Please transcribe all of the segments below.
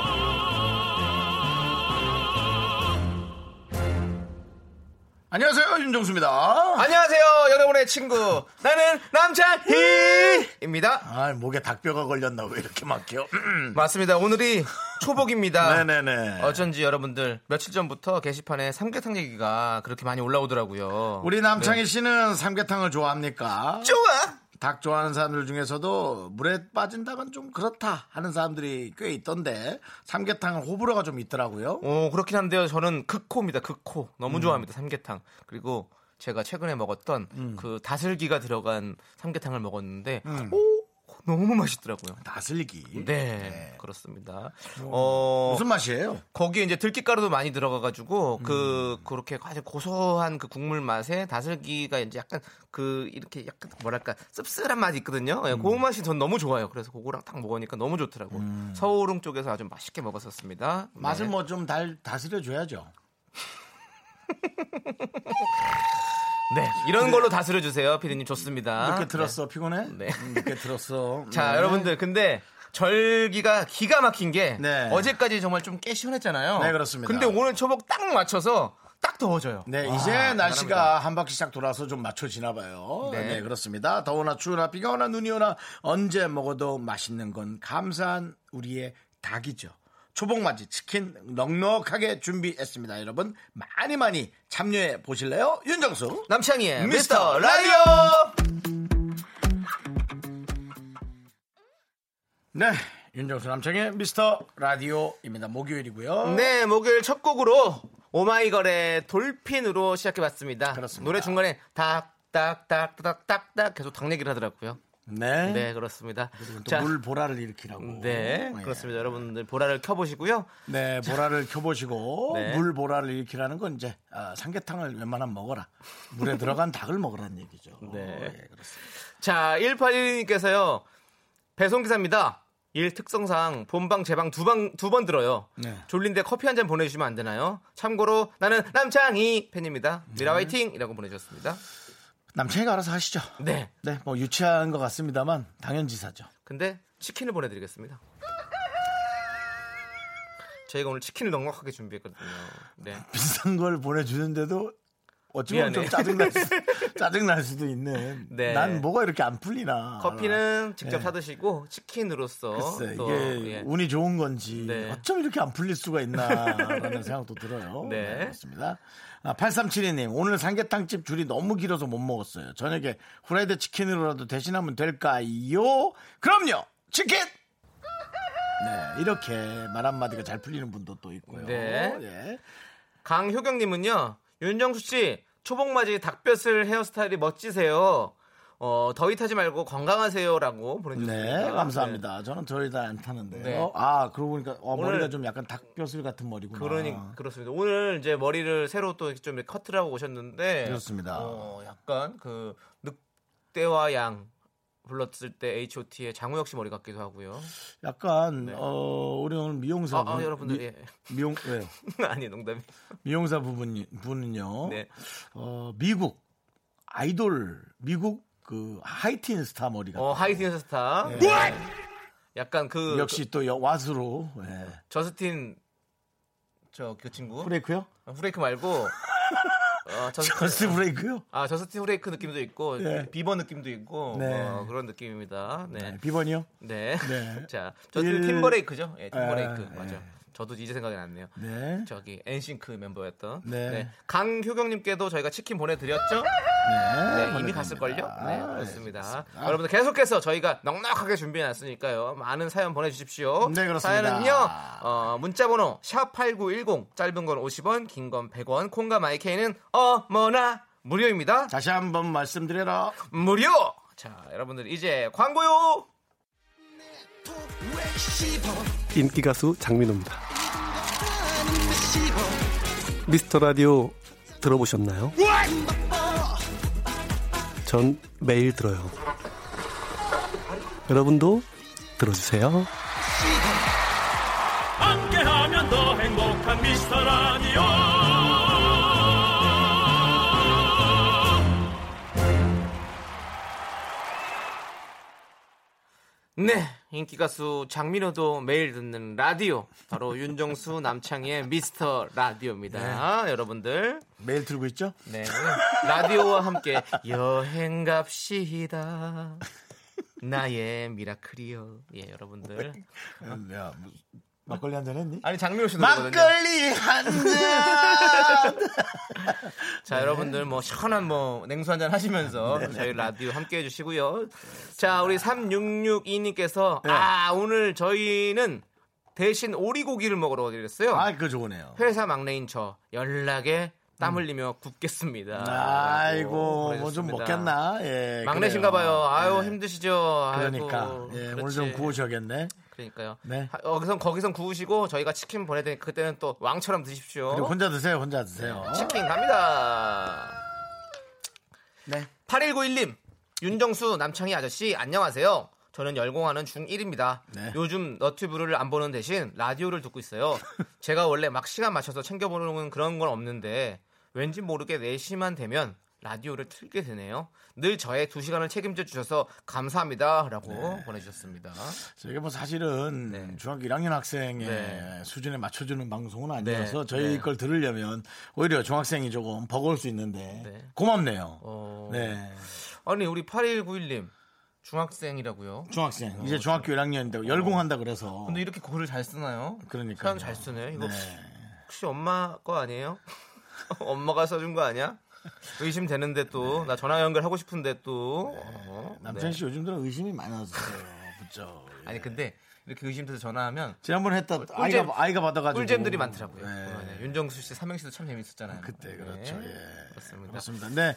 안녕하세요 윤정수입니다. 안녕하세요, 여러분의 친구. 나는 남창희입니다. 아 목에 닭뼈가 걸렸나 왜 이렇게 막혀? 맞습니다. 오늘이 초복입니다. 네네네. 어쩐지 여러분들 며칠 전부터 게시판에 삼계탕 얘기가 그렇게 많이 올라오더라고요. 우리 남창희 씨는 삼계탕을 좋아합니까? 네. 좋아. 닭 좋아하는 사람들 중에서도 물에 빠진 닭은 좀 그렇다 하는 사람들이 꽤 있던데 삼계탕은 호불호가 좀 있더라고요. 오, 그렇긴 한데요. 저는 극코입니다. 극코. 너무 음. 좋아합니다. 삼계탕. 그리고 제가 최근에 먹었던 음. 그 다슬기가 들어간 삼계탕을 먹었는데 오, 너무 맛있더라고요. 다슬기. 뭐, 네, 그렇습니다. 어, 무슨 맛이에요? 거기에 이제 들깨가루도 많이 들어가가지고 그 그렇게 아주 고소한 그 국물 맛에 다슬기가 이제 약간 그 이렇게 약간 뭐랄까 씁쓸한 맛이 있거든요. 음. 예, 그 맛이 전 너무 좋아요. 그래서 그거랑 딱 먹으니까 너무 좋더라고. 요 서울흥 쪽에서 아주 맛있게 먹었었습니다. 음. 맛을 네. 뭐 좀 달 다스려 줘야죠. 네, 이런 걸로 다스려 주세요, 피디님 좋습니다. 늦게 네. 들었어 피곤해? 네. 음, 늦게 들었어. 자, 네. 여러분들 근데. 절기가 기가 막힌 게 네. 어제까지 정말 좀 꽤 시원했잖아요. 네, 그렇습니다. 어. 근데 오늘 초복 딱 맞춰서 딱 더워져요. 네, 와, 이제 날씨가 대단합니다. 한 바퀴씩 돌아서 좀 맞춰지나 봐요. 네. 네. 그렇습니다. 더우나 추우나 비가 오나 눈이 오나 언제 먹어도 맛있는 건 감사한 우리의 닭이죠. 초복맞이 치킨 넉넉하게 준비했습니다. 여러분 많이 많이 참여해 보실래요? 윤정수 남창희의 미스터 미스터 라디오 네, 윤정수 남창의 미스터 라디오입니다. 목요일이고요. 네 목요일 첫 곡으로 오마이걸의 돌핀으로 시작해봤습니다 그렇습니다. 노래 중간에 딱딱딱딱딱딱 계속 당 얘기를 하더라고요 네. 네 그렇습니다 자, 또물 보라를 일으키라고. 네 예. 그렇습니다 여러분들 보라를 켜보시고요 네, 보라를 켜보시고 네. 물 보라를 일으키라는 건 이제 아, 삼계탕을 웬만하면 먹어라. 물에 들어간 닭을 먹으라는 얘기죠. 네. 예, 그렇습니다. 자 1812님께서요 배송기사입니다 일 특성상 본방 재방 두 방 두 번 들어요 네. 졸린데 커피 한 잔 보내주시면 안 되나요 참고로 나는 남창희 팬입니다 미라 네. 화이팅 이라고 보내주셨습니다 남편이가 알아서 하시죠. 네 네, 뭐 유치한 것 같습니다만 당연지사죠. 근데 치킨을 보내드리겠습니다. 저희가 오늘 치킨을 넉넉하게 준비했거든요. 네. 비싼 걸 보내주는데도 어찌 보면 좀 미안해. 짜증날, 수- 짜증날 수도 있는. 네. 난 뭐가 이렇게 안 풀리나. 커피는 직접 아, 네. 사드시고 치킨으로서 글쎄, 어? 또 이게 예. 운이 좋은 건지 네. 어쩜 이렇게 안 풀릴 수가 있나라는 생각도 들어요. 네. 그렇습니다. 아, 8372님, 오늘 삼계탕집 줄이 너무 길어서 못 먹었어요. 저녁에 후라이드 치킨으로라도 대신하면 될까요? 그럼요! 치킨! 네, 이렇게 말 한마디가 잘 풀리는 분도 또 있고요. 네. 예. 강효경님은요. 윤정수 씨 초복맞이 닭볕을 헤어스타일이 멋지세요. 어, 더위 타지 말고 건강하세요라고 보내주셨습니다. 네, 감사합니다. 저는 저희 다 안 타는데요. 네. 아, 그러고 보니까 어, 오늘- 머리가 좀 약간 닭뼈슬 같은 머리구나. 네, 그러니 아. 그렇습니다. 오늘 이제 머리를 새로 또 이렇게 좀 이렇게 커트를 하고 오셨는데 그렇습니다. 어, 약간 그 늑대와 양 불렀을 때 H.O.T의 장우혁 씨 머리 같기도 하고요. 약간 어 우리 오늘 미용사 네. 아, 아 분- 여러분들 미, 예. 미용 왜요? 아니 농담이. 미용사 부분 분은요. 네. 어 미국 아이돌 미국 그 하이틴 스타 머리가 어 하이틴 스타. 네. 약간 그 네. 역시 또 여- 왓으로 예. 그 저스틴 저 그 친구 브레이크요? 아, 후레이크 말고 어, 저스틴, 걸스 브레이크요? 아 저스틴 후레이크 느낌도 있고 네. 비버 느낌도 있고 네. 어, 그런 느낌입니다. 네. 비번이요? 네. 네. 자, 저스틴 일- 팀버레이크죠? 예, 팀버레이크. 아, 맞아요. 저도 이제 생각이 났네요. 네. 저기 엔싱크 멤버였던 네. 네. 강효경님께도 저희가 치킨 보내드렸죠. 네, 네. 이미 갔을걸요. 네, 아, 그렇습니다. 여러분들 계속해서 저희가 넉넉하게 준비해놨으니까요. 많은 사연 보내주십시오. 네, 그렇습니다. 사연은요, 어, 문자번호 샵8910 짧은 건 50원, 긴 건 100원, 콩과 마이케이는 어머나 무료입니다. 다시 한번 말씀드려라. 무료. 자, 여러분들 이제 광고요. 인기 가수 장민호입니다. 미스터 라디오 들어보셨나요? 전 매일 들어요. 여러분도 들어주세요. 함께하면 더 행복한 미스터 라디오 네, 인기 가수 장민호도 매일 듣는 라디오 바로 윤정수 남창희의 미스터 라디오입니다. 네. 여러분들 매일 들고 있죠? 네, 라디오와 함께 여행 갑시다. 나의 미라클이요. 예, 여러분들. 야, 뭐, 막걸리 한 잔 했니? 아니 장민호 씨 노래거든요. 막걸리 한 잔. 자, 네. 여러분들 뭐 시원한 뭐 냉수 한잔 하시면서 저희 라디오 함께 해 주시고요. 자, 우리 3662님께서 네. 아, 오늘 저희는 대신 오리고기를 먹으러 가기로 아, 했어요. 그거 좋으네요. 음. 회사 막내인 저 연락에 땀 흘리며 굽겠습니다. 아이고, 뭐 좀 보내셨습니다. 먹겠나? 아, 예. 막내신가 그래요. 봐요. 아유, 예. 힘드시죠. 그러니까. 아이고, 예, 오늘 그렇지. 좀 구우셔야겠네. 그러니까요. 네. 하- 거기선 거기선 구우시고 저희가 치킨 보내 드니 그때는 또 왕처럼 드십시오. 그리고 혼자 드세요, 혼자 드세요. 아. 치킨 갑니다. 네. 8191님, 윤정수 남창희 아저씨 안녕하세요. 저는 열공하는 중1입니다. 네. 요즘 너튜브를 안 보는 대신 라디오를 듣고 있어요. 제가 원래 막 시간 맞춰서 챙겨보는 그런 건 없는데 왠지 모르게 4시만 되면 라디오를 틀게 되네요. 늘 저의 2시간을 책임져 주셔서 감사합니다. 라고 네. 보내주셨습니다. 저희가 뭐 사실은 네. 중학교 1학년 학생의 네. 수준에 맞춰주는 방송은 아니어서 네. 저희 네. 걸 들으려면 오히려 중학생이 조금 버거울 수 있는데 네. 고맙네요. 어, 네. 아니, 우리 8191님, 중학생이라고요? 중학생. 이제 중학교 1학년인데 열공한다 그래서. 근데 이렇게 글을 잘 쓰나요? 어. 그러니까요. 사연 잘 쓰네. 이거 네. 혹시 엄마 거 아니에요? 엄마가 써준 거 아니야? 의심되는데 또 나 전화 연결하고 싶은데 또 어, 남창 네. 씨 요즘 들어 의심이 많아졌어요. 그죠? 아니 근데 이렇게 의심돼서 전화하면 지난번에 했다 아이가 아이가 받아가지고 꿀잼들이 많더라고요. 네. 네. 윤정수 씨 삼행시도 참 재밌었잖아요. 그때 그렇죠. 네. 예. 그렇습니다. 그렇습니다. 근데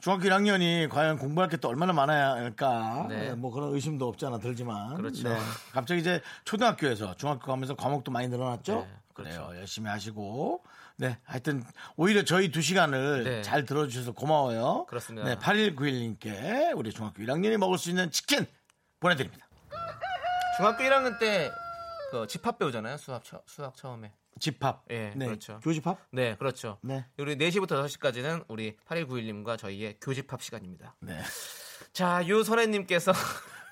중학교 1학년이 과연 공부할 게 또 얼마나 많아야 할까? 네. 네, 뭐 그런 의심도 없지 않아 들지만. 네. 그렇죠. 갑자기 이제 초등학교에서 중학교 가면서 과목도 많이 늘어났죠. 네, 그래요. 그렇죠. 열심히 하시고. 네. 하여튼 오히려 저희 두 시간을 네. 잘 들어주셔서 고마워요. 그렇습니다. 네. 8191님께 우리 중학교 1학년이 먹을 수 있는 치킨 보내드립니다. 중학교 1학년 때그 집합 배우잖아요. 수학 처, 수학 처음에. 집합. 예, 그렇죠. 교집합? 네, 그렇죠. 네. 우리 4시부터 6시까지는 우리 8191님과 저희의 교집합 시간입니다. 네. 자, 유선혜 님께서 너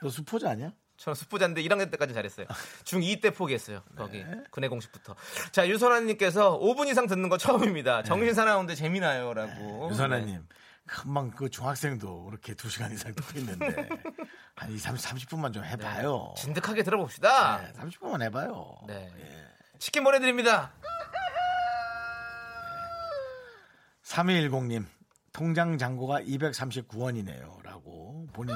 그 수포자 아니야? 저는 숙부자인데 1학년 때까지 잘했어요. 중2 때 포기했어요. 거기 네. 군의 공식부터. 자 유선아님께서 5분 이상 듣는 거 네. 처음입니다. 정신 사나운데 재미나요라고. 네. 유선아님 금방 그 중학생도 그렇게 두 시간 이상 듣고 있는데 한 2, 30, 30분만 좀 해봐요. 네. 진득하게 들어봅시다. 네, 30분만 해봐요. 네. 예. 치킨 보내드립니다. 3210님 통장 잔고가 239원이네요. 라고 본인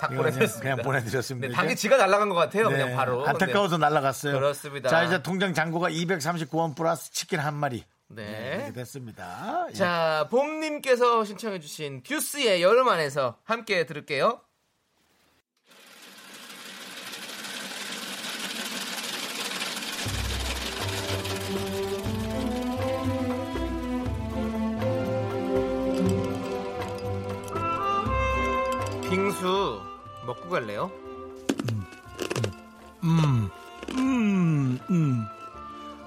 닭 이거 그냥, 보내드렸습니다. 그냥 보내드렸습니다. 네, 이게- 닭이 지가 날아간 것 같아요. 네, 그냥 바로. 안타까워서 날라갔어요. 그렇습니다. 자 이제 통장 잔고가 239원 플러스 치킨 한 마리 네. 이렇게 됐습니다. 예. 자 봄님께서 신청해주신 듀스의 여름 안에서 함께 들을게요. 빙수 먹고 갈래요?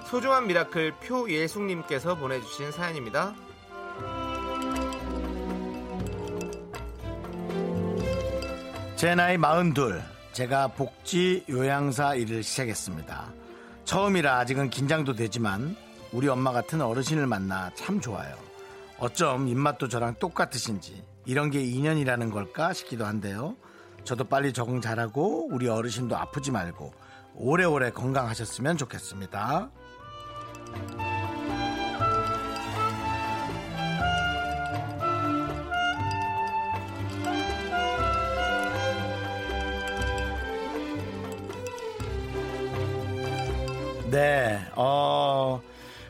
소중한 미라클 표예숙님께서 보내주신 사연입니다. 제 나이 42 제가 복지 요양사 일을 시작했습니다 처음이라 아직은 긴장도 되지만 우리 엄마 같은 어르신을 만나 참 좋아요 어쩜 입맛도 저랑 똑같으신지 이런 게 인연이라는 걸까 싶기도 한데요 저도 빨리 적응 잘하고 우리 어르신도 아프지 말고 오래오래 건강하셨으면 좋겠습니다 네, 어,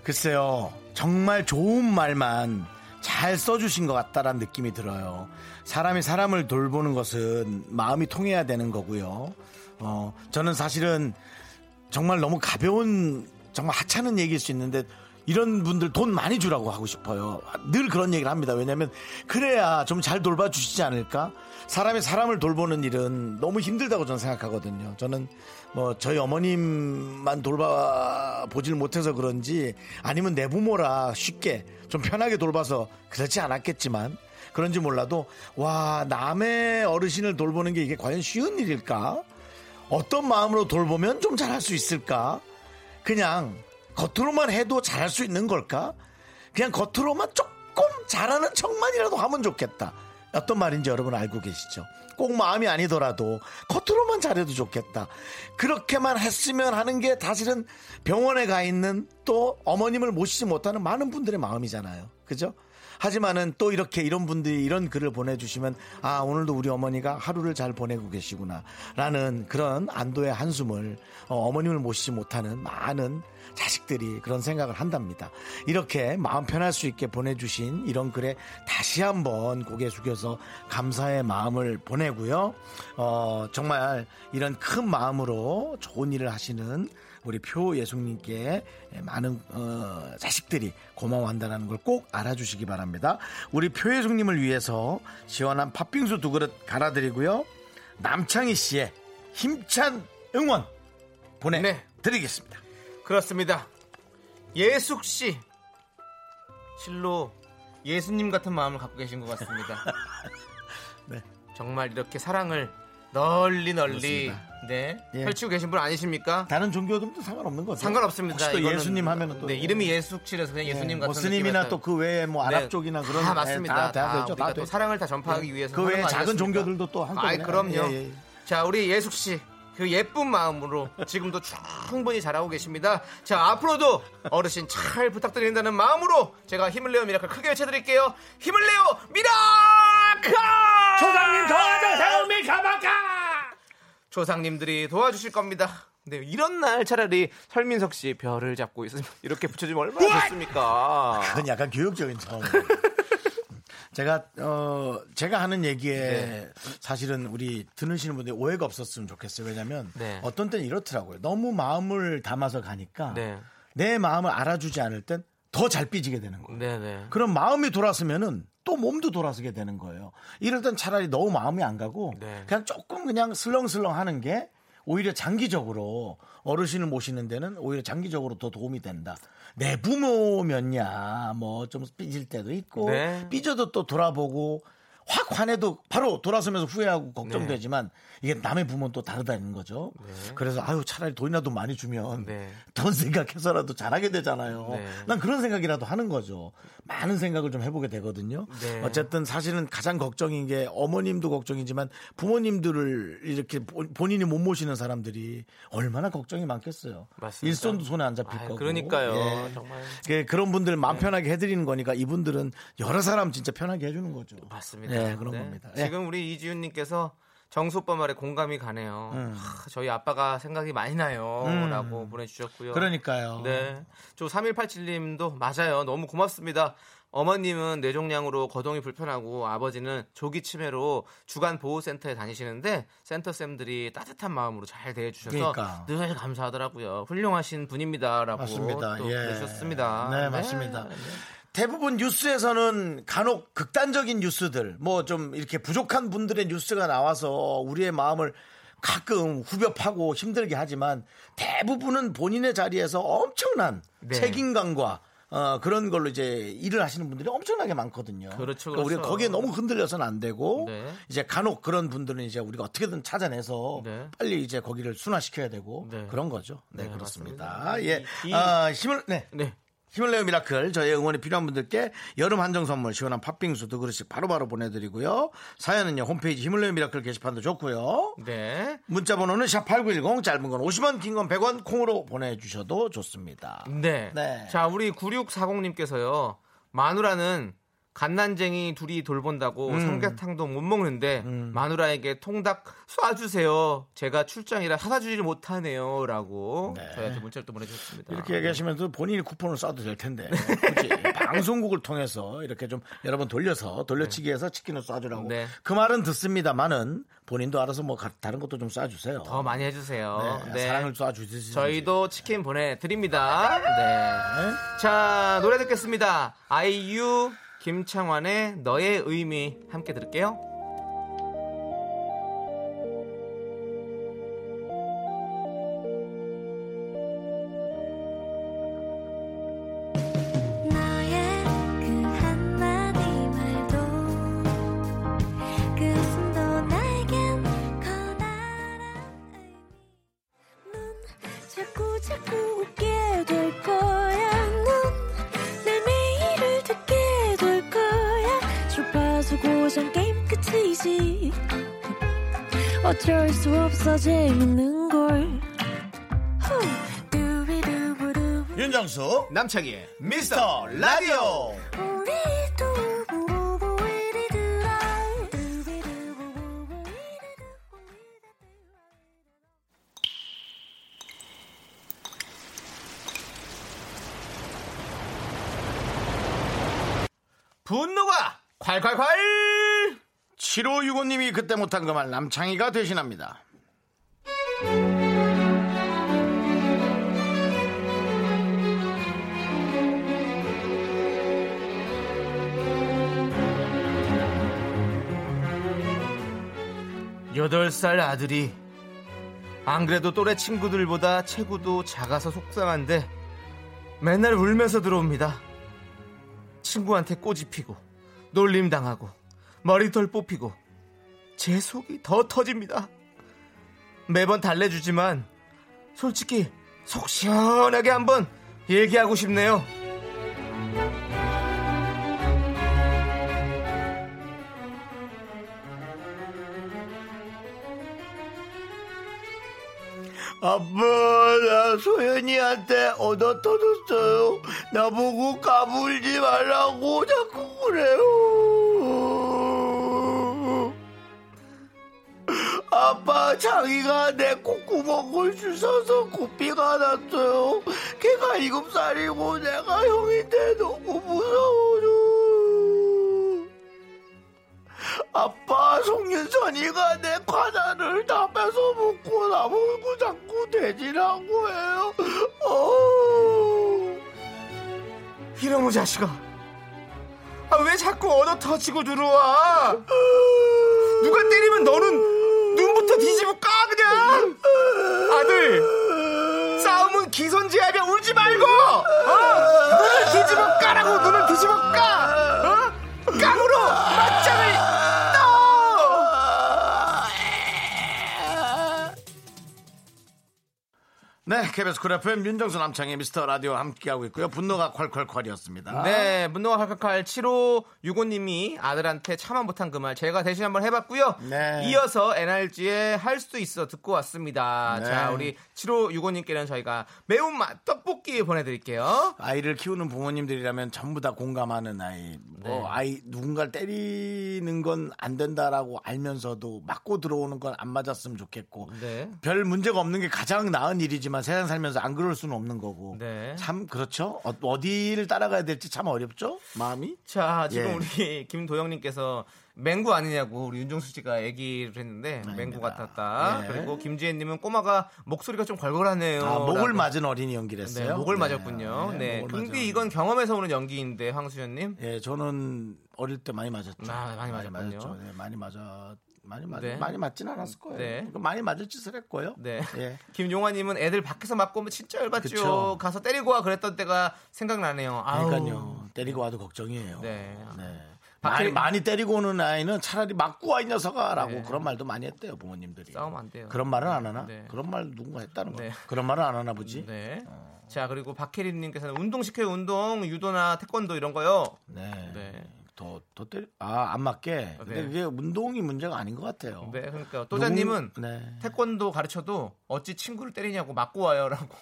글쎄요. 정말 좋은 말만 잘 써주신 것 같다라는 느낌이 들어요. 사람이 사람을 돌보는 것은 마음이 통해야 되는 거고요. 어, 저는 사실은 정말 너무 가벼운 정말 하찮은 얘기일 수 있는데 이런 분들 돈 많이 주라고 하고 싶어요. 늘 그런 얘기를 합니다. 왜냐면 그래야 좀 잘 돌봐 주시지 않을까? 사람이 사람을 돌보는 일은 너무 힘들다고 저는 생각하거든요. 저는 뭐 저희 어머님만 돌봐 보질 못해서 그런지 아니면 내 부모라 쉽게 좀 편하게 돌봐서 그렇지 않았겠지만 그런지 몰라도 와 남의 어르신을 돌보는 게 이게 과연 쉬운 일일까? 어떤 마음으로 돌보면 좀 잘할 수 있을까? 그냥 겉으로만 해도 잘할 수 있는 걸까? 그냥 겉으로만 조금 잘하는 척만이라도 하면 좋겠다. 어떤 말인지 여러분 알고 계시죠? 꼭 마음이 아니더라도 겉으로만 잘해도 좋겠다. 그렇게만 했으면 하는 게 사실은 병원에 가 있는 또 어머님을 모시지 못하는 많은 분들의 마음이잖아요. 그죠? 하지만은 또 이렇게 이런 분들이 이런 글을 보내주시면 아 오늘도 우리 어머니가 하루를 잘 보내고 계시구나라는 그런 안도의 한숨을 어, 머님을 모시지 못하는 많은 자식들이 그런 생각을 한답니다. 이렇게 마음 편할 수 있게 보내주신 이런 글에 다시 한번 고개 숙여서 감사의 마음을 보내고요. 어, 정말 이런 큰 마음으로 좋은 일을 하시는 우리 표예숙님께 많은 어, 자식들이 고마워한다는 걸 꼭 알아주시기 바랍니다. 우리 표예숙님을 위해서 시원한 팥빙수 두 그릇 갈아드리고요. 남창희 씨의 힘찬 응원 보내드리겠습니다. 네. 그렇습니다. 예숙 씨 실로 예수님 같은 마음을 갖고 계신 것 같습니다. 네. 정말 이렇게 사랑을 널리 널리 네, 예. 펼치고 계신 분 아니십니까? 다른 종교들도 상관없는 거죠? 상관없습니다. 혹시 또 이거는- 예수님 하면은 또 네, 이름이 예숙 씨라서 그냥 예, 예수님 뭐 같은 스님이나 느낌이었다. 또 그 외에 뭐 네, 아랍 쪽이나 그런 다 예, 맞습니다. 다, 다, 다 되죠. 우리가 다 또 되죠. 사랑을 다 전파하기 위해서 그 하는 외에 거 작은 아니겠습니까? 종교들도 또 한꺼번에 아이, 그럼요. 예, 예, 예. 자, 우리 예숙 씨. 그 예쁜 마음으로 지금도 충분히 잘하고 계십니다. 자, 앞으로도 어르신 잘 부탁드린다는 마음으로 제가 힘을 내요 미라클 크게 외쳐드릴게요. 힘을 내요 미라클! 조상님 도와줘 세우미 가마카! 조상님들이 도와주실 겁니다. 근데 이런 날 차라리 설민석 씨 별을 잡고 있으면 이렇게 붙여주면 네! 얼마나 좋습니까? 그건 약간 교육적인 차원. 제가 어 제가 하는 얘기에 네. 사실은 우리 들으시는 분들이 오해가 없었으면 좋겠어요. 왜냐하면 네. 어떤 때는 이렇더라고요. 너무 마음을 담아서 가니까 네. 내 마음을 알아주지 않을 땐 더 잘 삐지게 되는 거예요. 네네. 그럼 마음이 돌아서면은 또 몸도 돌아서게 되는 거예요. 이럴 땐 차라리 너무 마음이 안 가고 네. 그냥 조금 그냥 슬렁슬렁 하는 게 오히려 장기적으로 어르신을 모시는 데는 오히려 장기적으로 더 도움이 된다. 내 부모면야 뭐 좀 삐질 때도 있고 네. 삐져도 또 돌아보고 확 화내도 바로 돌아서면서 후회하고 걱정되지만 네. 이게 남의 부모는 또 다르다는 거죠. 그래서 아유 차라리 돈이라도 많이 주면 네. 돈 생각해서라도 잘하게 되잖아요. 네. 난 그런 생각이라도 하는 거죠. 많은 생각을 좀 해보게 되거든요. 네. 어쨌든 사실은 가장 걱정인 게 어머님도 걱정이지만 부모님들을 이렇게 보- 본인이 못 모시는 사람들이 얼마나 걱정이 많겠어요. 맞습니다. 일손도 손에 안 잡힐 아이, 거고. 그러니까요. 예. 정말. 그- 그런 분들 마음 편하게 해드리는 거니까 이분들은 여러 사람 진짜 편하게 해주는 거죠. 맞습니다. 예, 그런 네. 겁니다. 예. 지금 우리 이지윤님께서 정수 오빠 말에 공감이 가네요. 어, 음. 하, 저희 아빠가 생각이 많이 나요라고 보내주셨고요. 그러니까요. 네. 저 3187님도 맞아요. 너무 고맙습니다. 어머님은 뇌종양으로 거동이 불편하고 아버지는 조기 치매로 주간 보호센터에 다니시는데 센터 쌤들이 따뜻한 마음으로 잘 대해주셔서 그러니까. 늘 감사하더라고요. 훌륭하신 분입니다라고 맞습니다. 또 예. 보내주셨습니다. 네, 맞습니다. 대부분 뉴스에서는 간혹 극단적인 뉴스들, 뭐 좀 이렇게 부족한 분들의 뉴스가 나와서 우리의 마음을 가끔 후벼파고 힘들게 하지만 대부분은 본인의 자리에서 엄청난 네. 책임감과 어, 그런 걸로 이제 일을 하시는 분들이 엄청나게 많거든요. 그렇죠, 그러니까 우리가 그렇죠. 거기에 너무 흔들려서는 안 되고 네. 이제 간혹 그런 분들은 이제 우리가 어떻게든 찾아내서 네. 빨리 이제 거기를 순화시켜야 되고 네. 그런 거죠. 네, 네, 그렇습니다. 맞습니다. 예, 이- 이- 아, 힘을 네. 네. 힘을 내요 미라클 저의 응원이 필요한 분들께 여름 한정 선물 시원한 팥빙수 두 그릇씩 바로바로 보내드리고요 사연은요 홈페이지 힘을 내요 미라클 게시판도 좋고요 네. 문자 번호는 샵8910 짧은 건 50원 긴 건 100원 콩으로 보내주셔도 좋습니다 네. 네. 자, 우리 9640님께서요. 마누라는 갓난쟁이 둘이 돌본다고 음. 삼계탕도 못 먹는데 마누라에게 통닭 쏴주세요. 제가 출장이라 사다 주지를 못하네요라고 네. 저희한테 문자를 또 보내주셨습니다. 이렇게 얘기하시면서 본인이 쿠폰을 쏴도 될 텐데 굳이 방송국을 통해서 이렇게 좀 여러 번 돌려서 돌려치기해서 치킨을 쏴주라고 네. 그 말은 듣습니다만은 본인도 알아서 뭐 가- 다른 것도 좀 쏴주세요. 더 많이 해주세요. 네, 네. 사랑을 쏴주시지. 저희도 치킨 보내드립니다. 네. 자 노래 듣겠습니다. 아이유 김창완의 너의 의미 함께 들을게요. 너의 그 한마디 말도 그 순도 나에겐 커다란 의미 넌 자꾸 자꾸 웃게 될 거야 넌내 매일을 듣게 될 거야 주파수 고정 게임 끝이지 어쩔 수 없어 재밌는걸 후. 두비두부두. 윤정수 남창희의 미스터 라디오. 분노가 콸콸콸 7565님이 그때 못한 그 말 남창희가 대신합니다. 여덟 살 아들이 안 그래도 또래 친구들보다 체구도 작아서 속상한데 맨날 울면서 들어옵니다. 친구한테 꼬집 피고 놀림 당하고 머리털 뽑히고 제 속이 더 터집니다. 매번 달래주지만 솔직히 속 시원하게 한번 얘기하고 싶네요. 아빠, 나 소연이한테 얻어 터졌어요. 나보고 까불지 말라고 자꾸 그래요. 아빠, 자기가 내 콧구멍을 주셔서 구피가 났어요. 걔가 일곱살이고 내가 형인데 너무 무서워요. 아빠 송윤선이가 내 과자를 다 뺏어 먹고 나보고 자꾸 돼지라고 해요. 어. 이놈의 자식아. 아, 왜 자꾸 얻어 터지고 들어와? 누가 때리면 너는 눈부터 뒤집어 까, 그냥! 아들! 싸움은 기선제압이야, 울지 말고! 어? 눈을 뒤집어 까라고, 눈을 뒤집어 까! 어? 깡으로 맞짱을 네, KBS 쿨 FM 윤정수 남창의 미스터 라디오 함께하고 있고요. 분노가 콸콸콸이었습니다. 네, 분노가 칼칼칼 7호 6호님이 아들한테 참아 못한 그 말 제가 대신 한번 해봤고요. 네. 이어서 NRG의 할 수도 있어 듣고 왔습니다. 네. 자, 우리 7호 6호님께는 저희가 매운맛 떡볶이 보내드릴게요. 아이를 키우는 부모님들이라면 전부 다 공감하는 아이. 뭐 네. 아이 누군가를 때리는 건 안 된다라고 알면서도 맞고 들어오는 건 안 맞았으면 좋겠고 네. 별 문제가 없는 게 가장 나은 일이지만 세상 살면서 안 그럴 수는 없는 거고 네. 참 그렇죠 어, 어디를 따라가야 될지 참 어렵죠 마음이 자, 아, 지금 예. 우리 김도영님께서 맹구 아니냐고 우리 윤종수 씨가 얘기를 했는데 맹구 아닙니다. 같았다. 예. 그리고 김지혜님은 꼬마가 목소리가 좀 걸걸하네요. 아, 목을 라고. 맞은 어린이 연기를 네, 했어요 목을 네. 맞았군요. 목을 네, 근데 맞았는데. 이건 경험에서 오는 연기인데 황수연님. 예 저는 어릴 때 많이 맞았죠 아, 많이 맞았군요. 맞았죠 네, 많이 맞았 많이 맞 네. 많이 맞진 않았을 거예요 네. 그러니까 많이 맞을 짓을 했고요 네. 예. 김용화님은 애들 밖에서 맞고 오면 진짜 열받죠. 그쵸. 가서 때리고 와 그랬던 때가 생각나네요. 아우. 그러니까요 때리고 와도 걱정이에요 네. 많이, 밖에- 많이 때리고 오는 아이는 차라리 맞고 와 이 녀석아라고 네. 그런 말도 많이 했대요 부모님들이 싸우면 안 돼요. 그런 말은 안 하나? 네. 그런 말 누군가 했다는 거. 네. 그런 말은 안 하나 보지. 네. 네. 자 그리고 박혜림님께서는 운동 시켜요 운동 유도나 태권도 이런 거요. 네. 더, 더 때리, 아, 안 맞게. 근데 네. 그게 운동이 문제가 아닌 것 같아요. 네. 그러니까 또자님은 누군- 네. 태권도 가르쳐도 어찌 친구를 때리냐고 맞고 와요라고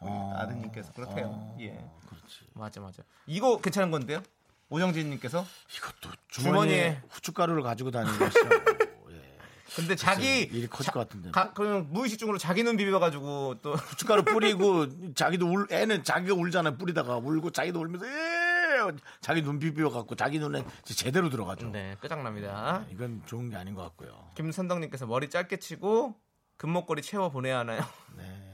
어, 아드님께서 그렇대요. 예. 그렇지. 맞아 맞아. 이거 괜찮은 건데요? 오정진님께서 이것도 주머니에. 주머니에 후춧가루를 가지고 예. 다니는 것이야. 근데 자기 일이 커질 것 같은데. 가, 그냥 무의식 중으로 자기 눈 비벼가지고 또 예. 네, 후춧가루 뿌리고 자기도 울 애는 자기가 울잖아요. 뿌리다가 울고 자기도 울면서 에이! 자기 눈 비비어 갖고 자기 눈에 이제 제대로 들어가죠. 네, 끄장납니다. 아, 이건 좋은 게 아닌 것 같고요. 김선덕님께서 머리 짧게 치고 금목걸이 채워 보내야 하나요? 네.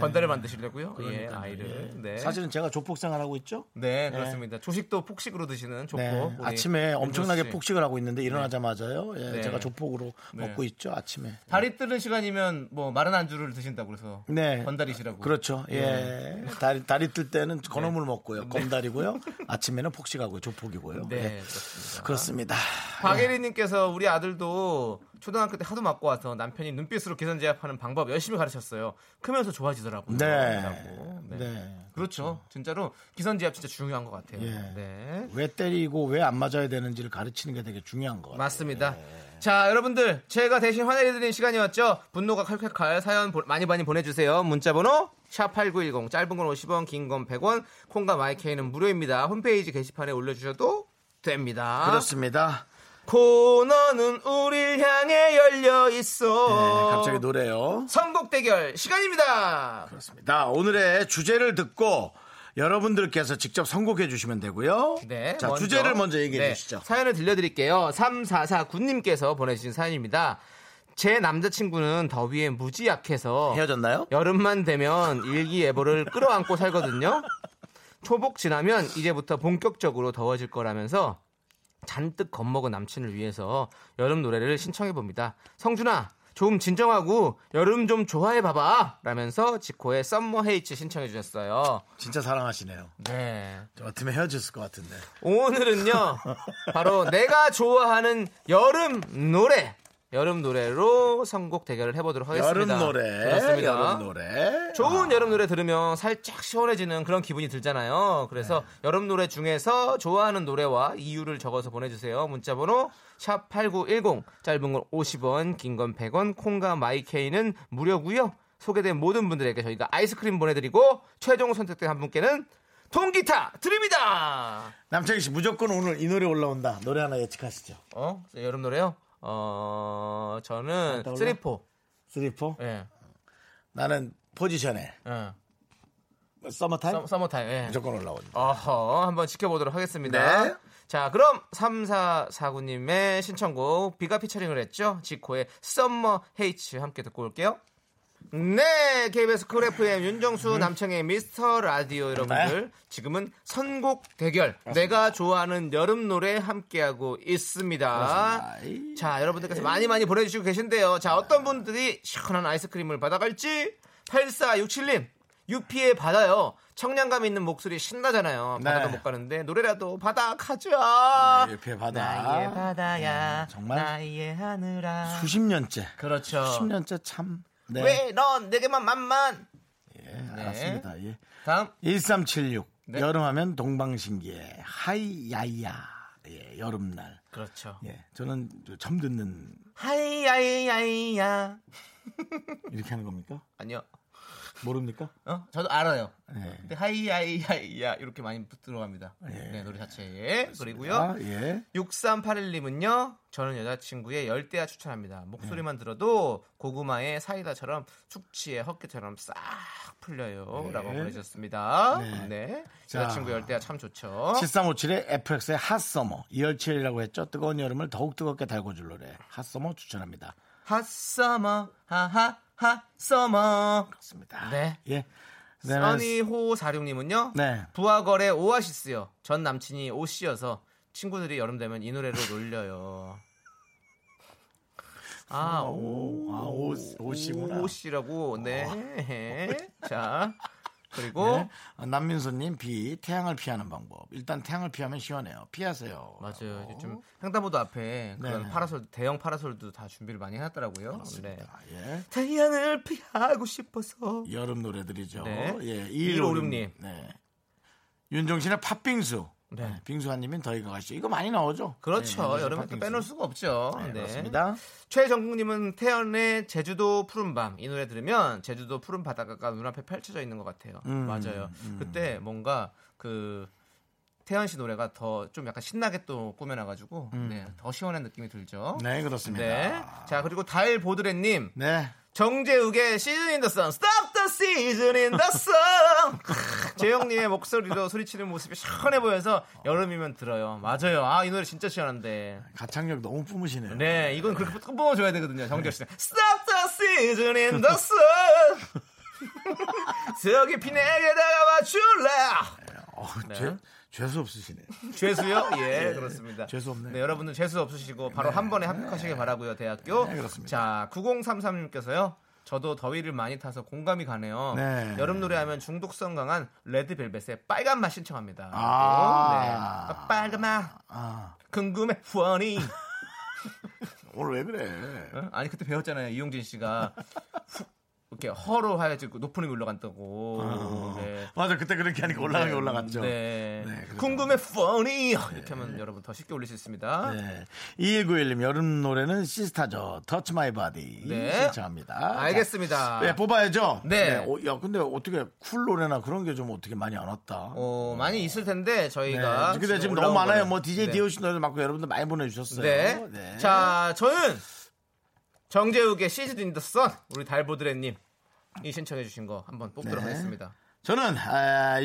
건달을 만드시려고요? 예, 아이를. 네. 사실은 제가 조폭 생활하고 있죠. 네, 그렇습니다. 조식도 폭식으로 드시는 조폭. 네. 우리 아침에 윤정수 엄청나게 씨. 폭식을 하고 있는데 일어나자마자요. 예, 네. 제가 조폭으로 먹고 있죠. 아침에. 다리 뜨는 시간이면 뭐 마른 안주를 드신다고 그래서 네. 건달이시라고. 네. 그렇죠. 예. 다리, 다리 뜰 때는 건어물 먹고요. 건달이고요. 아침에는 폭식하고요. 조폭이고요. 네, 예. 그렇습니다. 그렇습니다. 박예리님께서 우리 아들도 초등학교 때 하도 맞고 와서 남편이 눈빛으로 계산 제압하는 방법 열심히 가르쳤어요. 크면서 좋아지더라고요. 네. 라고. 네. 네. 그렇죠. 진짜로 기선 제압 진짜 중요한 것 같아요. 예. 네. 왜 때리고 왜 안 맞아야 되는지를 가르치는 게 되게 중요한 것 같아요. 맞습니다. 네. 자, 여러분들 제가 대신 화내드리는 시간이었죠. 분노가 칼칼칼 사연 보- 많이 많이 보내주세요. 문자번호 샵 #8910 짧은 건 50원, 긴 건 100원, 콩과 마이케이는 무료입니다. 홈페이지 게시판에 올려주셔도 됩니다. 그렇습니다. 코너는 우릴 향해 열려 네, 있어. 갑자기 노래요. 선곡 대결 시간입니다. 그렇습니다. 오늘의 주제를 듣고 여러분들께서 직접 선곡해 주시면 되고요. 네. 자, 먼저, 주제를 먼저 얘기해 네, 주시죠. 사연을 들려드릴게요. 3449님께서 보내주신 사연입니다. 제 남자친구는 더위에 무지 약해서 헤어졌나요? 여름만 되면 일기예보를 끌어안고 살거든요. 초복 지나면 이제부터 본격적으로 더워질 거라면서 잔뜩 겁먹은 남친을 위해서 여름 노래를 신청해 봅니다. 성준아, 좀 진정하고 여름 좀 좋아해 봐봐. 라면서 지코의 썸머 헤이츠 신청해 주셨어요. 진짜 사랑하시네요. 네. 저 같으면 헤어졌을 것 같은데. 오늘은요 바로 내가 좋아하는 여름 노래 여름 노래로 선곡 대결을 해보도록 하겠습니다. 여름 노래. 그렇습니다. 여름 노래. 아. 좋은 여름 노래 들으면 살짝 시원해지는 그런 기분이 들잖아요. 그래서 네. 여름 노래 중에서 좋아하는 노래와 이유를 적어서 보내주세요. 문자번호 샵 #8910 짧은 건 50원, 긴 건 100원, 콩과 마이케이는 무료고요. 소개된 모든 분들에게 저희가 아이스크림 보내드리고 최종 선택된 한 분께는 통기타 드립니다. 남창희 씨 무조건 오늘 이 노래 올라온다. 노래 하나 예측하시죠. 어? 여름 노래요? 어, 저는 떠올라? 쓰리포. 쓰리포. 예. 나는 포지션에 예. 서머타임 서- 서머타임. 예. 무조건 올라온다. 어허, 한번 지켜보도록 하겠습니다. 네. 자, 그럼 3449님의 신청곡 비가 피처링을 했죠. 지코의 썸머 헤이츠 함께 듣고 올게요. 네, KBS 쿨 FM 윤정수 음. 남청의 미스터 라디오 네. 여러분들 지금은 선곡 대결 내가 좋아하는 여름 노래 함께하고 있습니다. 자, 네. 여러분들께서 네. 많이 많이 보내주시고 계신데요. 자, 어떤 분들이 시원한 아이스크림을 받아갈지 8467님 유피에 받아요. 청량감 있는 목소리 신나잖아요. 네. 바다도 못 가는데 노래라도 바다 가자. 네, 유피의 바다. 나의 바다야. 음, 정말. 나의 하늘아. 수십 년째. 그렇죠. 수십 년째 참. 네. 왜 넌 내게만 만만? 예, 알았습니다. 예. 네. 다음 1376. 네. 여름하면 동방신기에 하이야이야. 예, 여름날. 그렇죠. 예, 저는 저 처음 듣는 하이야이야이야. 이렇게 하는 겁니까? 아니요. 모릅니까? 어? 저도 알아요. 예. 근데 하이야이야이야 이렇게 많이 들어갑니다. 네, 노래 자체에. 그리고요. 아, 예. 6381님은요, 저는 여자친구의 열대야 추천합니다. 목소리만 네. 들어도 고구마의 사이다처럼 숙취의 헛개처럼 싹 풀려요. 라고 보내셨습니다. 네. 네. 자. 여자친구 열대야 참 좋죠. 7357의 FX의 핫서머. 이열치열이라고 했죠. 뜨거운 여름을 더욱 뜨겁게 달궈줄 노래. 핫서머 추천합니다. 핫서머, 하하, 핫서머. 맞습니다. 네. 예. 그다음에 써니호46님은요, 네. 부하걸의 오아시스요. 전 남친이 오씨여서 친구들이 여름 되면 이 노래로 놀려요. 아, 오, 아, 오, 오시구나. 어. 오씨라고 네. 자 그리고 아, 남민수님 비 태양을 피하는 방법. 일단 태양을 피하면 시원해요. 피하세요. 맞아요. 요즘 어? 횡단보도 앞에 그런 네. 파라솔 대형 파라솔도 다 준비를 많이 해놨더라고요. 아, 예. 네. 태양을 피하고 싶어서. 여름 노래들이죠. 네. 예, 2156님. 네. 윤종신의 팥빙수. 네. 네, 빙수한님인 더위가 가시죠. 이거 많이 나오죠. 그렇죠. 네, 여름에 또 팥빙수. 빼놓을 수가 없죠. 네, 네. 그렇습니다. 최정국님은 태연의 제주도 푸른밤 이 노래 들으면 제주도 푸른 음, 바다가 눈앞에 펼쳐져 있는 것 같아요. 맞아요. 그때 뭔가 그 태연 씨 노래가 더 좀 약간 신나게 또 꾸며놔가지고 네, 더 시원한 느낌이 들죠. 네, 그렇습니다. 네. 자 그리고 달 보드레님 네. 정재욱의 시즌 인더 선 Stop the season in the sun 크, 재영님의 목소리로 소리치는 모습이 시원해 보여서 여름이면 들어요 맞아요 아 이 노래 진짜 시원한데 가창력 너무 뿜으시네요. 네 이건 그렇게 뿜어줘야 되거든요 정재욱씨 Stop the season in the sun 저기 비 내게 다가와 줄래 네. 어, 죄, 네. 죄수 없으시네. 네. 죄수요? 예, 그렇습니다. 죄수 없네요. 네, 여러분들 죄수 없으시고 바로 한 번에 합격하시길 바라고요, 대학교. 네, 그렇습니다. 자, 9033님께서요. 저도 더위를 많이 타서 공감이 가네요. 네. 여름 노래하면 중독성 강한 레드벨벳의 빨간 맛 신청합니다. 아. 네. 아, 빨간 맛 아, 궁금해 후원이. 오늘 왜 그래? 어? 아니 그때 배웠잖아요 이용진 씨가 후- 이렇게 허로 해가지고 높은 음이 올라간다고. 네. 맞아, 그때 그렇게 하니까 올라가게 올라갔죠. 네. 네, 그래서- 궁금해 후원이 이렇게 하면 여러분 더 쉽게 올릴 수 있습니다. 네. 2191님, 여름 노래는 시스타죠. 터치 마이 바디. 네. 신청합니다. 알겠습니다. 자, 네, 뽑아야죠. 네. 어, 야, 근데 어떻게 쿨 노래나 그런 게 좀 어떻게 많이 안 왔다. 어, 많이 있을 텐데 네. 저희가 근데 지금 너무 올라온 많아요. 거는. 뭐 DJ 네. 디오씨 노래도 많고 여러분들 많이 보내주셨어요. 네. 네. 자, 저는 정재욱의 시즌 인더 선 우리 달보드레님 이 신청해 주신 거 한번 뽑도록 네. 하겠습니다. 저는 아,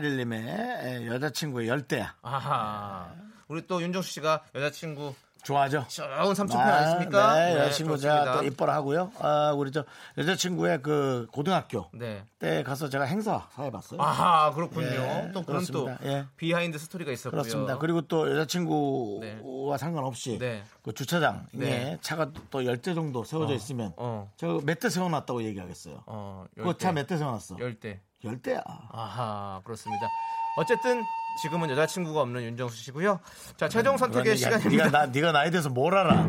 6381님의 여자친구의 열대야. 아하. 우리 또 윤정수 씨가 여자친구 네. 좋아하죠? 좋은 삼촌편 아십니까? 네, 여자친구 제가 또 그렇습니다. 이뻐라 하고요. 아, 우리 저 여자친구의 그 고등학교 네. 때 가서 제가 행사 해봤어요. 아하, 그렇군요. 예, 또 그런 그렇습니다. 또 예. 비하인드 스토리가 있었고요. 그렇습니다. 그리고 또 여자친구와 네. 상관없이 네. 그 주차장에 네. 차가 또 열 대 정도 세워져 있으면 어. 저 몇 대 세워놨다고 얘기하겠어요. 어, 그 차 몇 대 세워놨어? 열, 열대. 대야. 아하 그렇습니다. 어쨌든 지금은 여자친구가 없는 윤정수 씨고요. 자 최종 선택의 네가 시간입니다. 나 네가 나에 대해서 뭘 알아?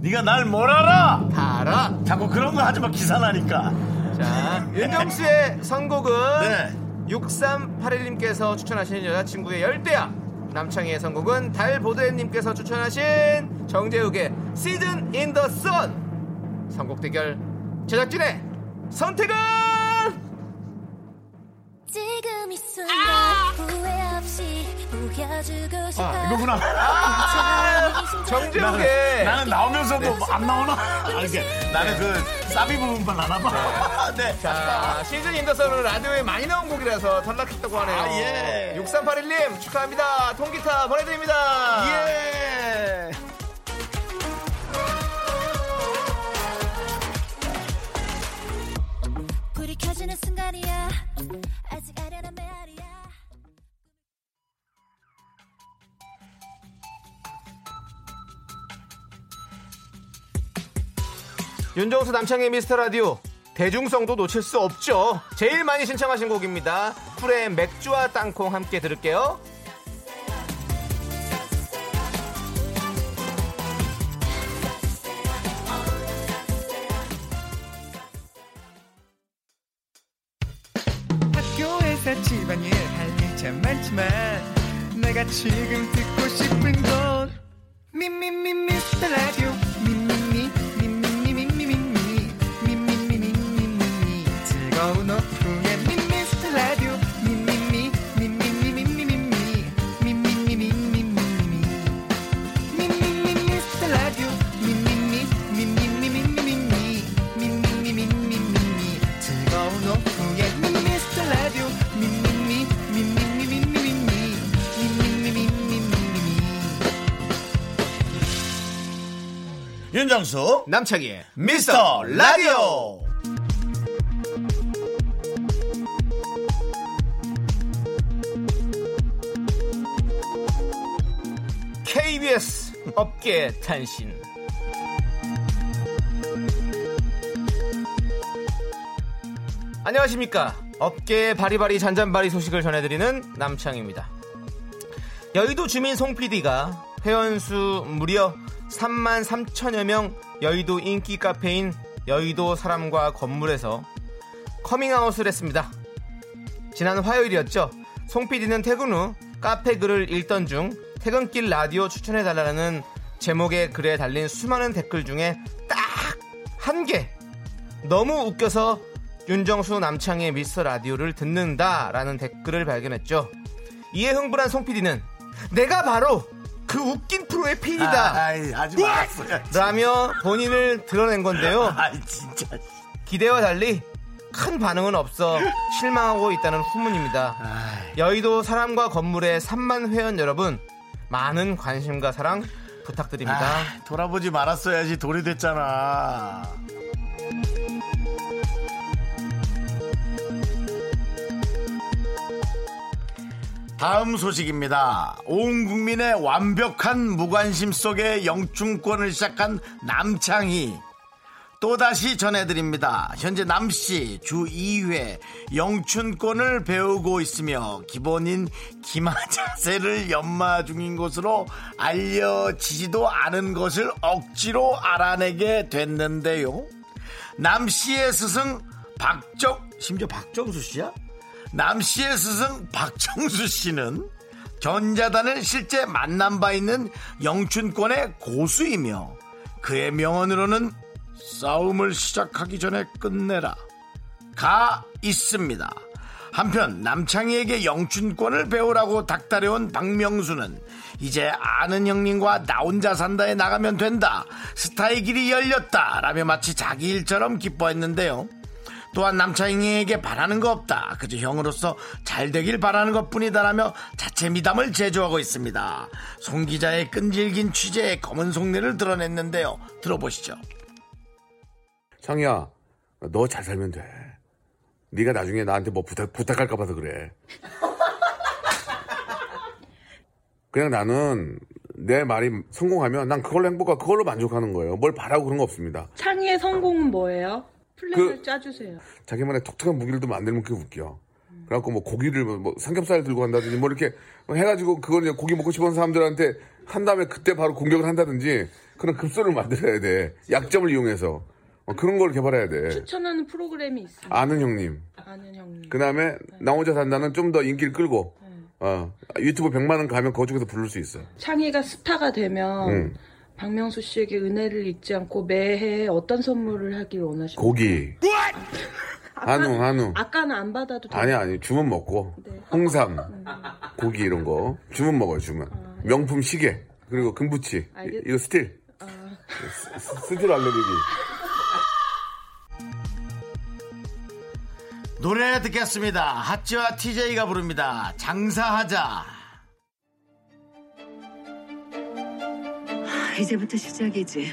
네가 날 뭘 알아? 다 알아. 자꾸 그런 거 하지 마 기사 나니까. 자 윤정수의 선곡은 네. 6381님께서 추천하신 여자친구의 열대야. 남창희의 선곡은 달보드님께서 추천하신 정재욱의 시즌 인 더 선. 선곡 대결 제작진의 선택은 지금 이 순간 후회 없이 녹여주고 싶어 아 이거구나. 아, 정재욱의 네. 나는, 나는 나오면서도 네. 뭐안 나오나? 아, 이게 나는 그 사비 부분만 안 나봐. 네. 자, 시즌 인더선은 라디오에 많이 나온 곡이라서 탈락했다고 하네요. 아, 예. 6381님 축하합니다. 통기타 보내드립니다. 예. 불이 켜지는 순간이야 아직 아련한 메아리야 윤정수 남창의 미스터 라디오. 대중성도 놓칠 수 없죠. 제일 많이 신청하신 곡입니다. 쿨의 맥주와 땅콩 함께 들을게요. 학교에서 집안일 할 일 참 많지만 내가 지금 듣고 싶은 건 미미미 미스터 라디오 미미미 미미미 미미미 미미미 미미미 미미미 즐거운 오후에 미스터 라디오 미미미 미미미 미미미 미미미 미미미 미미미 윤정수 남창희의 미스터 라디오. KBS 업계 탄신. 안녕하십니까. 업계의 바리바리 잔잔바리 소식을 전해드리는 남창입니다. 여의도 주민 송 PD가 회원수 무려 3만 3천여 명 여의도 인기 카페인 여의도 사람과 건물에서 커밍아웃을 했습니다. 지난 화요일이었죠. 송 PD는 퇴근 후 카페 글을 읽던 중 퇴근길 라디오 추천해달라는 제목의 글에 달린 수많은 댓글 중에 딱 한 개. 너무 웃겨서 윤정수 남창의 미스터 라디오를 듣는다라는 댓글을 발견했죠. 이에 흥분한 송 PD는 내가 바로 그 웃긴 프로의 아, PD다. 아이, 하지 말았어요. 뭐? 라며 본인을 드러낸 건데요. 아이, 진짜. 기대와 달리 큰 반응은 없어 실망하고 있다는 후문입니다. 여의도 사람과 건물의 3만 회원 여러분, 많은 관심과 사랑 부탁드립니다. 아, 돌아보지 네. 말았어야지 돌이 됐잖아. 다음 소식입니다. 온 국민의 완벽한 무관심 속에 영춘권을 시작한 남창희. 또다시 전해드립니다. 현재 남씨 주 2회 영춘권을 배우고 있으며 기본인 기마자세를 연마 중인 것으로 알려지지도 않은 것을 억지로 알아내게 됐는데요. 남씨의 스승 박정, 심지어 박정수 씨야? 남씨의 스승 박정수 씨는 전자단을 실제 만난 바 있는 영춘권의 고수이며 그의 명언으로는 싸움을 시작하기 전에 끝내라. 가 있습니다. 한편 남창희에게 영춘권을 배우라고 닥달해온 박명수는 이제 아는 형님과 나 혼자 산다에 나가면 된다. 스타의 길이 열렸다. 라며 마치 자기 일처럼 기뻐했는데요. 또한 남창희에게 바라는 거 없다. 그저 형으로서 잘 되길 바라는 것 뿐이다라며 자체 미담을 제조하고 있습니다. 송 기자의 끈질긴 취재에 검은 속내를 드러냈는데요. 들어보시죠. 창희야, 너 잘 살면 돼. 네가 나중에 나한테 뭐 부탁, 부탁할까 봐서 그래. 그냥 나는 내 말이 성공하면 난 그걸로 행복하고 그걸로 만족하는 거예요. 뭘 바라고 그런 거 없습니다. 창의의 성공은 뭐예요? 플랜을 그- 짜주세요. 자기만의 톡톡한 무기를 좀 만들면 그게 웃겨. 그래갖고 뭐 고기를 뭐- 뭐 삼겹살 들고 간다든지 뭐 이렇게 해가지고 그걸 이제 고기 먹고 싶은 사람들한테 한 다음에 그때 바로 공격을 한다든지 그런 급소를 만들어야 돼. 약점을 이용해서. 어, 그런 걸 개발해야 돼. 추천하는 프로그램이 있어요. 아는 형님. 아는 형님. 네. 그 다음에 나 혼자 산다는 좀 더 인기를 끌고 어, 유튜브 100만 원 가면 거쪽에서 부를 수 있어. 창의가 스타가 되면 음. 박명수 씨에게 은혜를 잊지 않고 매해 어떤 선물을 하길 원하십니까? 고기, 한우, 한우. 아까는 안 받아도 돼요. 아니 아니 주문 먹고 네. 홍삼, 고기 이런 거 주문 먹어요 주문. 명품 시계 그리고 금부치 이- 알겠- 어. 이거 스틸 스- 스- 스틸 알레르기. 노래 듣겠습니다. 하츠와 TJ가 부릅니다. 장사하자. 이제부터 시작이지.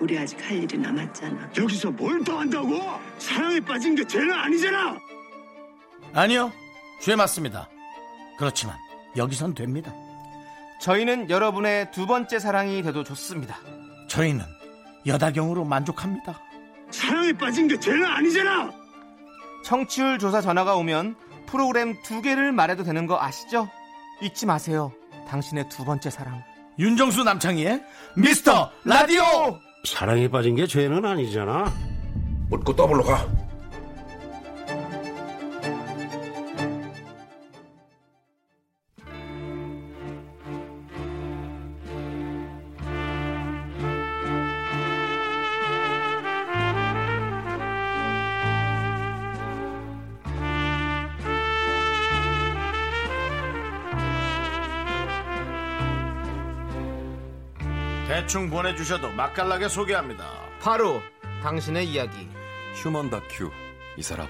우리 아직 할 일이 남았잖아. 여기서 뭘 더 한다고? 사랑에 빠진 게 죄는 아니잖아. 아니요. 죄 맞습니다. 그렇지만 여기선 됩니다. 저희는 여러분의 두 번째 사랑이 돼도 좋습니다. 저희는 여다경으로 만족합니다. 사랑에 빠진 게 죄는 아니잖아. 청취율 조사 전화가 오면 프로그램 두 개를 말해도 되는 거 아시죠? 잊지 마세요. 당신의 두 번째 사랑. 윤정수 남창희의 미스터 라디오! 사랑에 빠진 게 죄는 아니잖아. 묻고 더블로 가. 대충 보내주셔도 맛깔나게 소개합니다. 바로 당신의 이야기. 휴먼 다큐 이 사람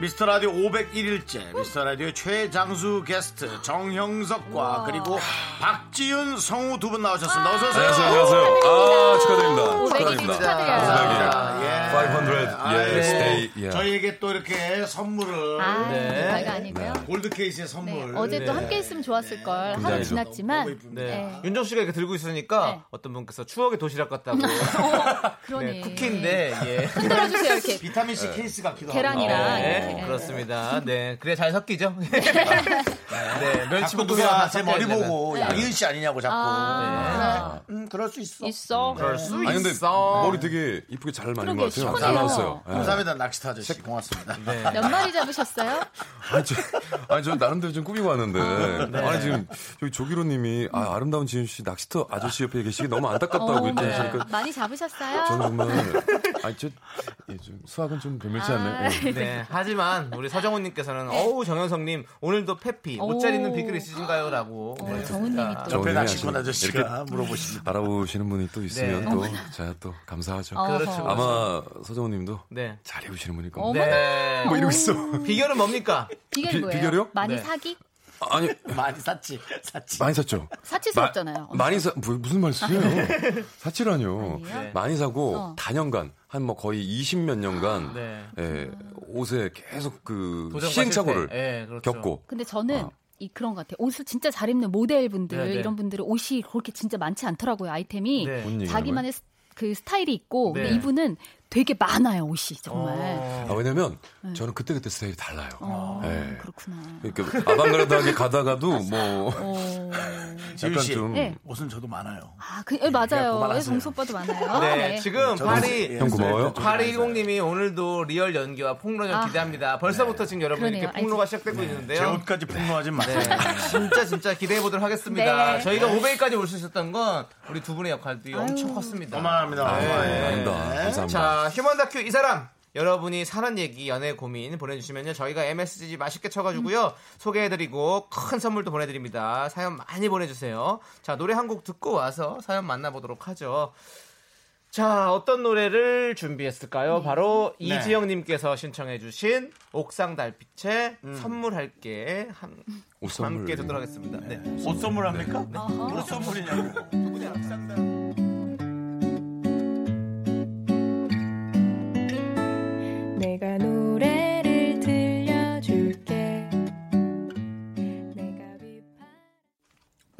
미스터 라디오 501일째 미스터 라디오 최장수 게스트 정형석과 그리고 박지윤 성우 두 분 나오셨습니다. 어서 오세요. 네, 안녕하세요 안녕하세요 아 축하드립니다 백이기 축하드려요. 아, 감사합니다. 예. 500 아이고, 네. 예 스테이 예. 저희에게 또 이렇게 선물을 아, 네. 네. 저희가 네. 아니고요. 네, 골드 케이스의 선물. 네. 어제 또 함께 했으면 좋았을 걸. 하루 굉장히 너무 지났지만. 이쁩니다. 네. 윤정 씨가 이렇게 들고 있으니까 네. 어, 어떤 분께서 추억의 도시락 같다고. 그러네. 네, 쿠키인데 예. 흔들어주세요, 이렇게. 비타민 예. C 케이스 같기도 하고. 계란이랑. 어, 네, 이렇게. 그렇습니다. 네, 그래 잘 섞이죠. 네, 자꾸 멸치볶음이랑 누가 다 제 머리 섞여있다면. 보고 양희은 씨 아니냐고 자꾸. 아, 음, 그럴 수 있어. 있어. 그럴 수 음, 네. 아니 근데 있어. 머리 되게 이쁘게 잘 만든 그러게, 것 같아요 시원해요. 잡았어요. 예. 감사합니다 낚시타 아저씨 고맙습니다. 네. 몇 마리 잡으셨어요? 아니, 저, 네. 아니, 저 나름대로 좀 꾸미고 왔는데. 아, 네. 아니, 지금, 저기 조기로 님이, 아, 아름다운 지은 씨, 낚시터 아저씨 옆에 계시기 너무 어, 네. 안타깝다고 했다니까. 많이 잡으셨어요? 저는 정말, 아니, 저, 예, 좀 수학은 좀 배밀지 아, 않나요? 예. 네. 하지만 우리 서정훈님께서는 어우 정현성님 오늘도 페피 네. 오. 어, 옷잘 있는 비결 있으신가요라고. 네. 정훈님이 아, 옆에 오늘 낚시꾼 아주 아저씨가 이렇게 물어보십니다. 알아보시는 분이 또 있으면 네. 또, 어머나. 제가 또 감사하죠. 그렇죠. 아마 서정훈 님도 네. 잘 입으시는 분일 겁니다. 어머나. 네. 뭐 이러고 있어. 비결은 뭡니까? 비결이 비- 뭐예요? 비결이요? 많이 네. 사기? 아니, 많이 샀지 샀지. 많이 샀죠? 사치스럽잖아요. 마- 많이 사, 뭐, 무슨 아, 말씀이에요? 네. 사치라뇨. 아니에요? 많이 사고, 어. 단연간, 한 뭐 거의 20 몇 년간, 네. 예, 옷에 계속 그, 도전과 시행착오를 실패. 예, 그렇죠. 겪고, 근데 저는 이 그런 것 같아요. 옷을 진짜 잘 입는 모델분들 네, 네. 이런 분들은 옷이 그렇게 진짜 많지 않더라고요. 아이템이 네. 뭔 얘기하는 자기만의 스- 그 스타일이 있고 네. 근데 이분은 되게 많아요 옷이 정말. 아, 왜냐면, 저는 그때그때 스타일이 달라요. 예. 예. 어, 그렇구나. 그러니까, 아방가르드하게 가다가도, 뭐, 지윤 씨 좀- 어. 네. 옷은 저도 많아요. 아, 그, 예, 맞아요. 예, 그만하세요. 정수 오빠도 많아요. 네, 지금 저도 파리 네, 형 고마워요. 파리 10님이 오늘도 리얼 연기와 폭로전 아. 기대합니다. 벌써부터 지금 여러분 그러네요. 이렇게 폭로가 시작되고 있는데요. 제 옷까지 폭로하지 마세요. 네, 진짜 진짜 기대해 보도록 하겠습니다. 네. 저희가 500까지 올 수 있었던 건 우리 두 분의 역할도 엄청 컸습니다. 고마워합니다. 네. 아닙니다. 감사합니다. 자, 휴먼 다큐 이 사람. 여러분이 사는 얘기, 연애 고민 보내주시면요. 저희가 MSG 맛있게 쳐가지고요. 소개해드리고 큰 선물도 보내드립니다. 사연 많이 보내주세요. 자, 노래 한 곡 듣고 와서 사연 만나보도록 하죠. 자, 어떤 노래를 준비했을까요? 바로 네. 이지영님께서 신청해주신 옥상 달빛의 음. 선물할게 한, 옷 선물. 함께 듣도록 하겠습니다. 네. 뭐 옷 선물합니까? 네. 옷 선물이냐고. 내가 노래를 들려줄게.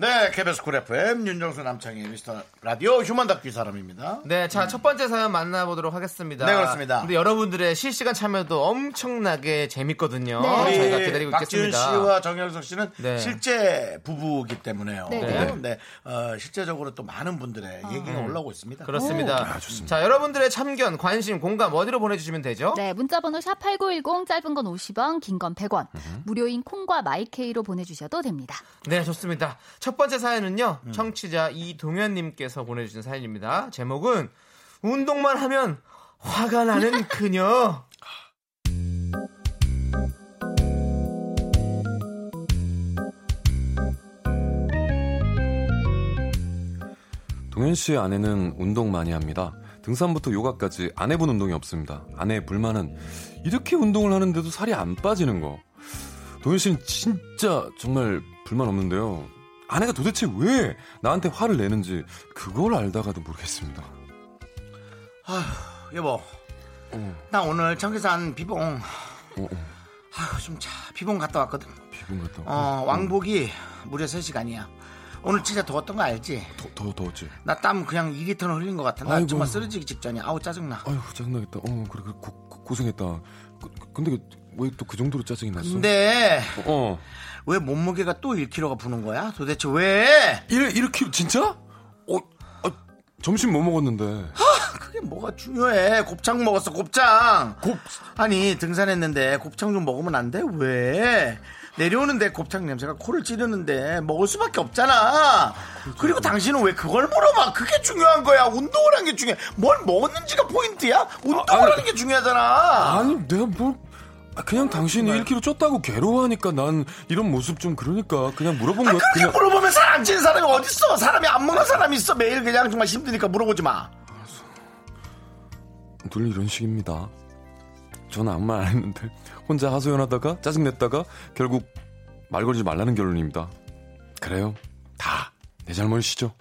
네, KBS 쿨 FM 윤정수 남창희 미스터 라디오 휴먼 다큐 이 사람입니다. 네, 자, 첫 번째 사연 만나보도록 하겠습니다. 네, 그렇습니다. 근데 여러분들의 실시간 참여도 엄청나게 재밌거든요. 어, 우리 네. 저희가 기다리고 네. 박지윤 있겠습니다. 씨와 정영석 씨는 네. 실제 부부이기 때문에요. 네, 네. 네. 어, 실제적으로 또 많은 분들의 네. 얘기가 올라오고 있습니다. 그렇습니다. 자, 여러분들의 참견, 관심, 공감 어디로 보내주시면 되죠? 네, 문자번호 샵8910, 짧은 건 50원, 긴 건 100원. 무료인 콩과 마이케이로 보내주셔도 됩니다. 네, 좋습니다. 첫 번째 사연은요, 음. 청취자 이동현님께서 보내주신 사연입니다. 제목은 운동만 하면 화가 나는 그녀. 동현 씨의 아내는 운동 많이 합니다. 등산부터 요가까지 안 해본 운동이 없습니다. 아내의 불만은 이렇게 운동을 하는데도 살이 안 빠지는 거. 동현 씨는 진짜 정말 불만 없는데요. 아내가 도대체 왜 나한테 화를 내는지 그걸 알다가도 모르겠습니다. 아휴, 여보, 나 오늘 청계산 비봉 어, 아휴, 좀 차, 비봉 갔다 왔거든. 비분 같다. 음, 어, 왕복이 무려 3시간이야. 오늘 진짜 더웠던 거 알지? 더, 더, 더웠지? 나 땀 그냥 2리터는 흘린 것 같아. 나 아이고. 정말 쓰러지기 직전이야. 아우 짜증나. 아휴, 짜증나겠다. 어, 그래, 그래, 고, 고, 고생했다. 그- 그- 근데 왜 또 그 정도로 짜증이 났어? 근데 어. 왜 몸무게가 또 1kg가 부는 거야? 도대체 왜? 1, 1kg 진짜? 어, 아, 점심 뭐 먹었는데? 그게 뭐가 중요해? 곱창 먹었어, 곱창. 아니 등산했는데 곱창 좀 먹으면 안 돼? 왜? 내려오는데 곱창 냄새가 코를 찌르는데 먹을 수밖에 없잖아. 그리고 당신은 왜 그걸 물어봐? 그게 중요한 거야. 운동을 한 게 중요해. 뭘 먹었는지가 포인트야? 운동을 하는 게 중요하잖아. 아니 내가 뭘 아, 그냥 당신이 1kg 쪘다고 괴로워하니까 난 이런 모습 좀 그러니까 그냥 물어본 거야 아, 그렇게 그냥 물어보면 살 안 찌는 사람이 어딨어? 사람이 안 먹는 사람이 있어. 매일 그냥 정말 힘드니까 물어보지 마. 늘 이런 식입니다 저는 아무 말 안 했는데 혼자 하소연하다가 짜증냈다가 결국 말 걸지 말라는 결론입니다 그래요 다 내 잘못이죠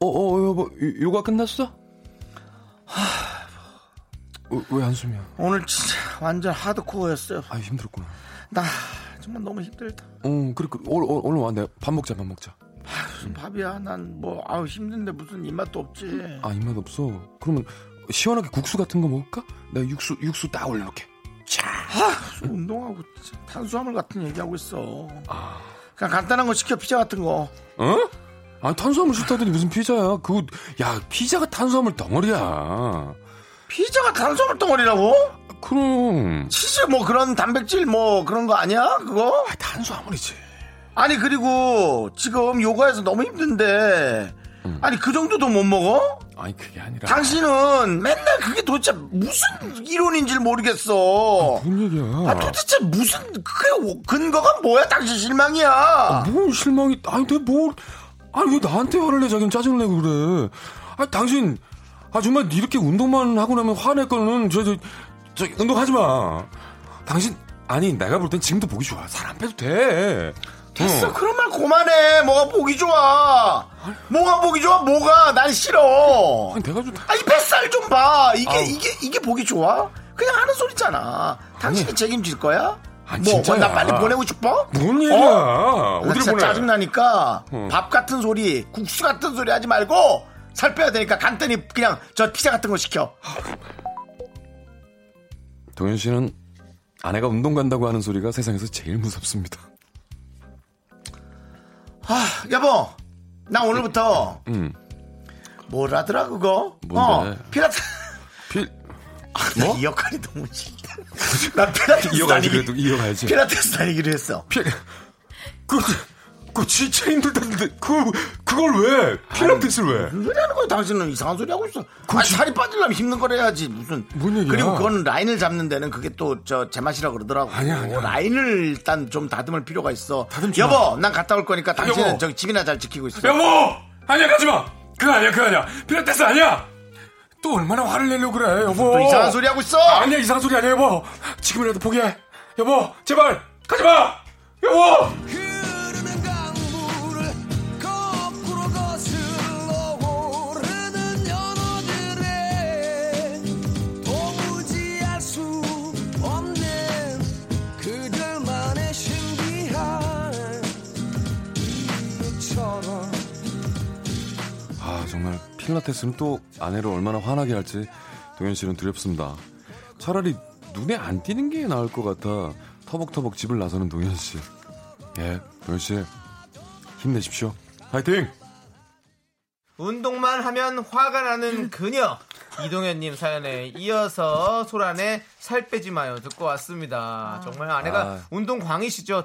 어어 여보 요- 요가 끝났어? 뭐, 왜 한숨이야? 오늘 진짜 완전 하드코어였어요. 아 힘들었구나 나 정말 너무 힘들다. 어 그래 그 얼- 얼- 얼른 와 내가 밥 먹자 밥 먹자 무슨 밥이야? 난 뭐 아우 힘든데 무슨 입맛도 없지. 아 입맛 없어. 그러면 시원하게 국수 같은 거 먹을까? 내가 육수 육수 딱 올려놓게. 아, 무슨 운동하고 진짜 아. 탄수화물 같은 얘기하고 있어. 그냥 간단한 거 시켜 피자 같은 거. 어? 아니 탄수화물 싫다더니 무슨 피자야? 그거 야 피자가 탄수화물 덩어리야. 피자가 탄수화물 덩어리라고? 그럼 치즈 뭐 그런 단백질 뭐 그런 거 아니야? 그거? 탄수화물이지. 아니 그리고 지금 요가에서 너무 힘든데 아니 그 정도도 못 먹어? 아니 그게 아니라. 당신은 맨날 그게 도대체 무슨 이론인지 모르겠어. 무슨 얘기야? 아 도대체 무슨 그게 근거가 뭐야? 당신 실망이야. 아, 뭘 실망이? 아니 뭐, 내 뭘? 아니 왜 나한테 화를 내? 자기는 짜증을 내고 그래. 아 당신 아 정말 이렇게 운동만 하고 나면 화낼 거는 저저 저, 운동하지 마. 당신 아니 내가 볼 땐 지금도 보기 좋아. 살 안 빼도 돼. 됐어 응. 그런 말 그만해. 뭐가 보기 좋아. 뭐가 보기 좋아? 뭐가? 난 싫어. 아니 내가 좀 아니 뱃살 좀 봐. 이게 아우. 이게 이게 보기 좋아? 그냥 하는 소리잖아. 당신이 책임질 거야? 아니, 뭐, 진짜야. 나 빨리 보내고 싶어? 뭔 얘기야? 어? 나 어디로 진짜 보내? 짜증나니까 어. 밥 같은 소리, 국수 같은 소리 하지 말고 살 빼야 되니까 간단히 그냥 저 피자 같은 거 시켜. 동현 씨는 아내가 운동 간다고 하는 소리가 세상에서 제일 무섭습니다. 아, 여보, 나 오늘부터 음. 뭐라더라 그거? 뭔데? 어, 피라테. 필 뭐? 이 역할이 너무 네. 싫다. 나 피라테스 이어가야지 다니기- 그래도 이어가야지. 피라테스 다니기로 했어. 그, 그 진짜 힘들다는데 그 그걸 왜 필라테스를 왜? 왜라는 거야 당신은 이상한 소리 하고 있어. 아니, 살이 빠지려면 힘든 걸 해야지 무슨. 뭔 얘기야? 그리고 그건 라인을 잡는 데는 그게 또 저 제맛이라 그러더라고. 뭐 아니야, 아니야. 라인을 일단 좀 다듬을 필요가 있어. 다듬지 여보, 마. 난 갔다 올 거니까 당신은 여보. 저기 집이나 잘 지키고 있어. 여보 아니야 가지 마. 그거 아니야 그거 아니야 필라테스 아니야. 또 얼마나 화를 내려고 그래 여보. 또 이상한 소리 하고 있어. 아니야 이상한 소리 아니야 여보. 지금이라도 포기해. 여보 제발 가지 마. 여보. 아 정말 필라테스는 또 아내를 얼마나 화나게 할지 동현 씨는 두렵습니다. 차라리 눈에 안 띄는 게 나을 것 같아 터벅터벅 집을 나서는 동현 씨. 예, 동현 씨 힘내십시오. 화이팅! 운동만 하면 화가 나는 그녀 이동현님 사연에 이어서 소란의 살 빼지 마요 듣고 왔습니다. 정말 아내가 아. 운동 광이시죠.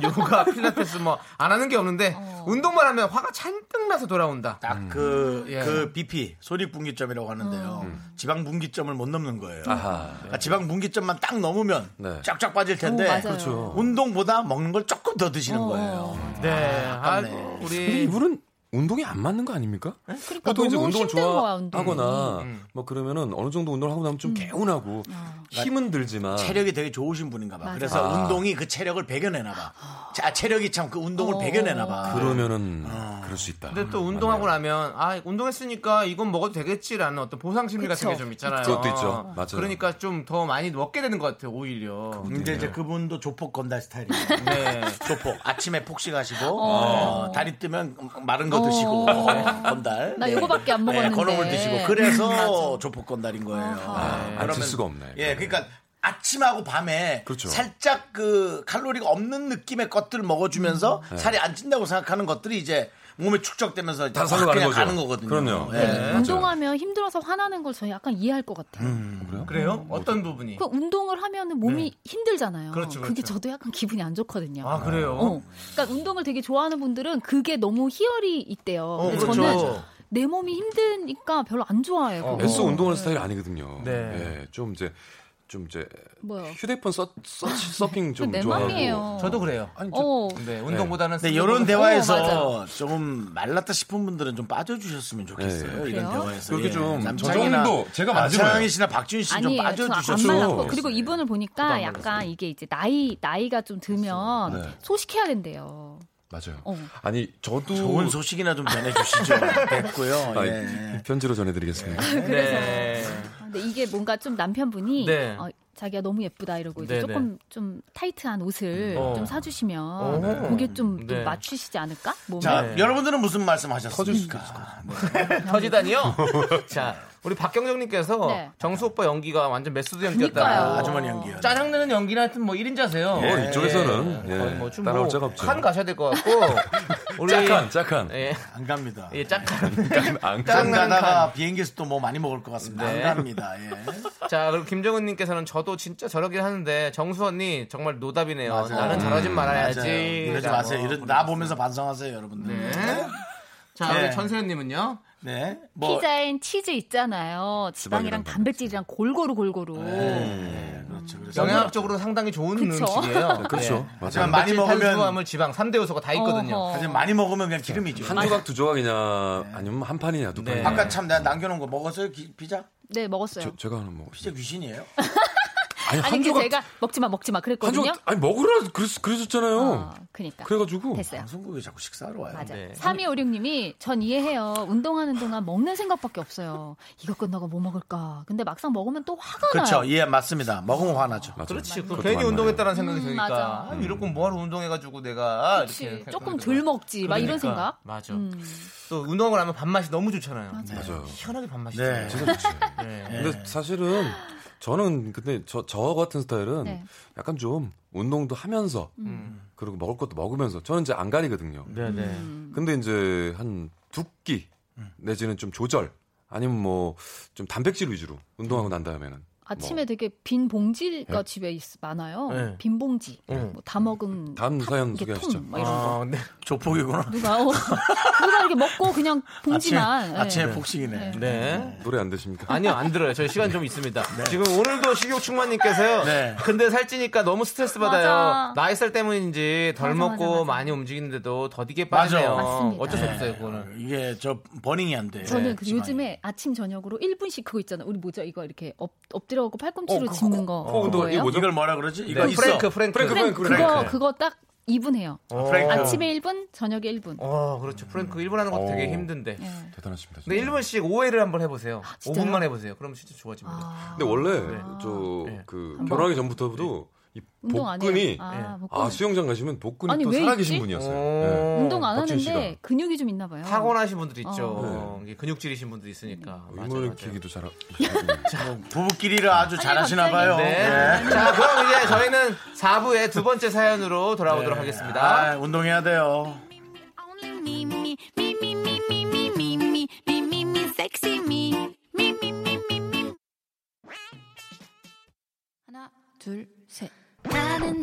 요가, 필라테스 뭐 안 하는 게 없는데 운동만 하면 화가 잔뜩 나서 돌아온다. 어. 딱그 예. 그 BP 소립 분기점이라고 하는데요. 지방 분기점을 못 넘는 거예요. 아하. 그러니까 지방 분기점만 딱 넘으면 네. 쫙쫙 빠질 텐데 오, 맞아요. 그렇죠. 운동보다 먹는 걸 조금 더 드시는 거예요. 네, 아, 아깝네. 근데 우리 이분은 운동이 안 맞는 거 아닙니까? 그러니까 보통 너무 힘든 거야, 운동이. 음, 음. 좋아하거나 뭐 그러면은 어느 정도 운동을 하고 나면 좀 개운하고 힘은 들지만 체력이 되게 좋으신 분인가 봐. 아. 맞아. 그래서 아. 운동이 그 체력을 배겨내나 봐. 자, 체력이 참 그 운동을 어. 배겨내나 아, 봐. 그러면은 예. 그럴 수 있다. 근데 또 운동하고 맞아요. 나면 아 운동했으니까 이건 먹어도 되겠지라는 어떤 보상 심리 같은 게 좀 있잖아요. 그것도 있죠. 맞아요. 그러니까 좀 더 많이 먹게 되는 것 같아요. 오히려. 근데 이제 그분도 조폭 건달 스타일이에요. 네. 조폭 아침에 폭식하시고 어, 다리 뜨면 마른 거 어. 드시고 어, 건달 네, 나 요거밖에 안 먹었는데. 음, 건어물 드시고 그래서 조폭 건달인 거예요. 네. 앉을 아, 수가 없네. 예, 그러니까 아침하고 밤에 그렇죠. 살짝 그 칼로리가 없는 느낌의 것들을 먹어주면서 음, 네. 살이 안 찐다고 생각하는 것들이 이제 몸에 축적되면서 이제 다 살로 확 가는 그냥 거죠. 가는 거거든요. 그럼요. 예. 네. 맞아요. 운동하면 힘들어서 화나는 걸 저는 약간 이해할 것 같아요. 그래요? 그래요? 어떤 부분이? 그 운동을 하면은 몸이 힘들잖아요. 네. 그렇죠, 게 그렇죠. 저도 약간 기분이 안 좋거든요. 아 그래요? 어. 그러니까 운동을 되게 좋아하는 분들은 그게 너무 희열이 있대요. 근데 그렇죠. 저는 내 몸이 힘드니까 별로 안 좋아해요. 그거. 애써 운동하는 스타일이 아니거든요. 네. 예, 좀 이제 좀 이제 뭐요? 휴대폰 서, 서, 서핑 좀 내 좋아하고. 맘이에요. 저도 그래요. 아니, 저- 어. 네, 운동보다는 어, 근데 쓰는 이런 거죠. 대화에서 조금 말랐다 싶은 분들은 좀 빠져주셨으면 좋겠어요. 네. 이런 그래요? 대화에서. 예. 그렇게 좀저 남창이나- 정도 제가 맞으면- 남창희 씨나 박준 씨좀 아니, 저안 빠져주셨으면 말랐고 네. 좋겠어요. 그리고 이분을 보니까 약간 이게 이제 나이 나이가 좀 들면 그렇죠. 네. 소식해야 된대요. 맞아요. 어. 아니 저도 좋은 소식이나 좀 전해주시죠. 됐고요. 아, 예. 편지로 전해드리겠습니다. 아, 네. 근데 이게 뭔가 좀 남편분이 네. 어, 자기가 너무 예쁘다 이러고 이제 네, 조금 좀 타이트한 옷을 어. 좀 어. 사주시면 그게 좀, 또 네. 맞추시지 않을까? 몸에. 자, 네. 아, 여러분들은 무슨 말씀 하셨습니까? 터지다니요? 자, 우리 박경정님께서 네. 정수 오빠 연기가 완전 메소드 그러니까요. 연기였다. 아주머니 연기요. 짜장내는 연기는 하여튼 뭐 1인자세요. 예, 이쪽에서는 예, 좀 따라올 뭐 자가 없죠. 칸 가셔야 될 것 같고. 원래- 짝한 짝한. 예. 안 갑니다. 예, 짝한. 안 짠 간. 예. 가다가 비행기에서 또 뭐 많이 먹을 것 같습니다. 네. 안 갑니다. 예. 자, 그리고 김정은님께서는 저도 진짜 저러긴 하는데 정수 언니 정말 노답이네요. 맞아요. 나는 잘하진 음, 말아야지. 맞아요. 이러지 라고. 마세요. 이러- 나 보면서 반성하세요, 여러분들. 네. 자, 우리 전세현님은요? 네. 피자엔 치즈 있잖아요. 지방이랑 단백질이랑 골고루 골고루. 그렇죠. 그래서 영양학적으로 상당히 좋은 그쵸? 음식이에요. 네, 그렇죠. 맞아요. 하지만 많이 단백질, 먹으면 탄수화물, 탄수화물, 지방 3대 요소가 다 있거든요. 어허. 하지만 많이 먹으면 그냥 기름이죠. 한 조각 두 조각이냐 아니면 한 판이냐 두 네. 판이냐. 네. 아까 참 내가 남겨놓은 거 먹었어요? 기- 피자? 네 먹었어요. 저, 제가 뭐 하나 먹었어요. 피자 귀신이에요? 아니, 한 그 조각- 제가 먹지 마 먹지 마 한 그랬거든요. 조각 아니 먹으라 그랬, 그랬었잖아요. 어, 그니까. 그래가지고 네. 됐어요. 한국에 자꾸 식사하러 와요. 맞아. 3256님이 전 이해해요. 운동하는 동안 먹는 생각밖에 없어요. 이거 끝나고 뭐 먹을까? 근데 막상 먹으면 또 화가 그렇죠. 나요. 예, 맞습니다. 먹으면 화나죠. 음, 그렇지. 그 괜히 운동했다는 생각이 드니까 아, 이럴 거면 뭐하러 운동해가지고 내가 아, 이렇게 생각하니까. 조금 덜 먹지. 막 이런 그러니까. 생각. 맞아. 음. 또 운동을 하면 밥맛이 너무 좋잖아요. 맞아요. 희한하게 밥맛이 네. 좋아요. 진짜 좋지. 네. 근데 사실은 저는 근데 저, 저 같은 스타일은 네. 약간 좀 운동도 하면서 음. 그리고 먹을 것도 먹으면서 저는 이제 안 가리거든요. 네네. 음. 근데 이제 한 두 끼 내지는 좀 조절 아니면 뭐 좀 단백질 위주로 운동하고 난 다음에는 뭐 아침에 되게 빈 봉지가 네. 집에 있, 많아요. 네. 빈 봉지. 음. 네. 뭐 다 먹은 다음 사연 이게 소개하시죠. 통, 막 이런 거. 네. 아, 조폭이구나. 누가 어, 누가 이렇게 먹고 그냥 봉지만. 예. 폭식이네. 네. 노래 안 드십니까? 아니요, 안 들어요. 저희 시간 좀 있습니다. 지금 오늘도 식욕충만님께서요. 근데 살찌니까 너무 스트레스 받아요. 맞아. 나이 살 때문인지 덜 맞아, 먹고 맞아, 많이 움직이는데도 더디게 맞아. 빠지네요. 어쩔 수 없어요, 그거는. 네. 이게 저 버닝이 안 돼. 저는 그 요즘에 아침 저녁으로 1분씩 그거 있잖아. 요 우리 뭐죠? 이거 이렇게 엎, 엎드려갖고 팔꿈치로 짚는 거. 어, 그거예요? 이걸 뭐라 그러지? 이거 네. 프랭크, 있어. 프랭크, 프랭크. 프랭크, 그거 그거 딱 2분 해요. 어, 프랭크. 아침에 1분, 저녁에 1분. 어, 그렇죠. 프랭크 1분 하는 것도 되게 오. 힘든데. 대단하십니다. 근데 1분씩 5회를 한번 해보세요. 진짜요? 5분만 해보세요. 그럼 진짜 좋아집니다. 근데 원래 저 네. 그 한번- 결혼하기 전부터도 이 네. 운동 안 해요. 복근이 아, 아, 네. 복근. 수영장 가시면 복근이 아니, 또 왜 살아계신 있지? 분이었어요. 어. 네. 운동 안 박지윤 하는데 씨가. 근육이 좀 있나 봐요. 어. 타고나신 분들 있죠. 어. 네. 이게 근육질이신 분들 네. 있으니까. 의문의 기기도 잘뭐 부부끼리를 아주 잘하시나 봐요. 네. 네. 자, 그럼 이제 저희는 4부의 두 번째 사연으로 돌아오도록 하겠습니다. 아, 운동해야 돼요. 둘, 셋. 나는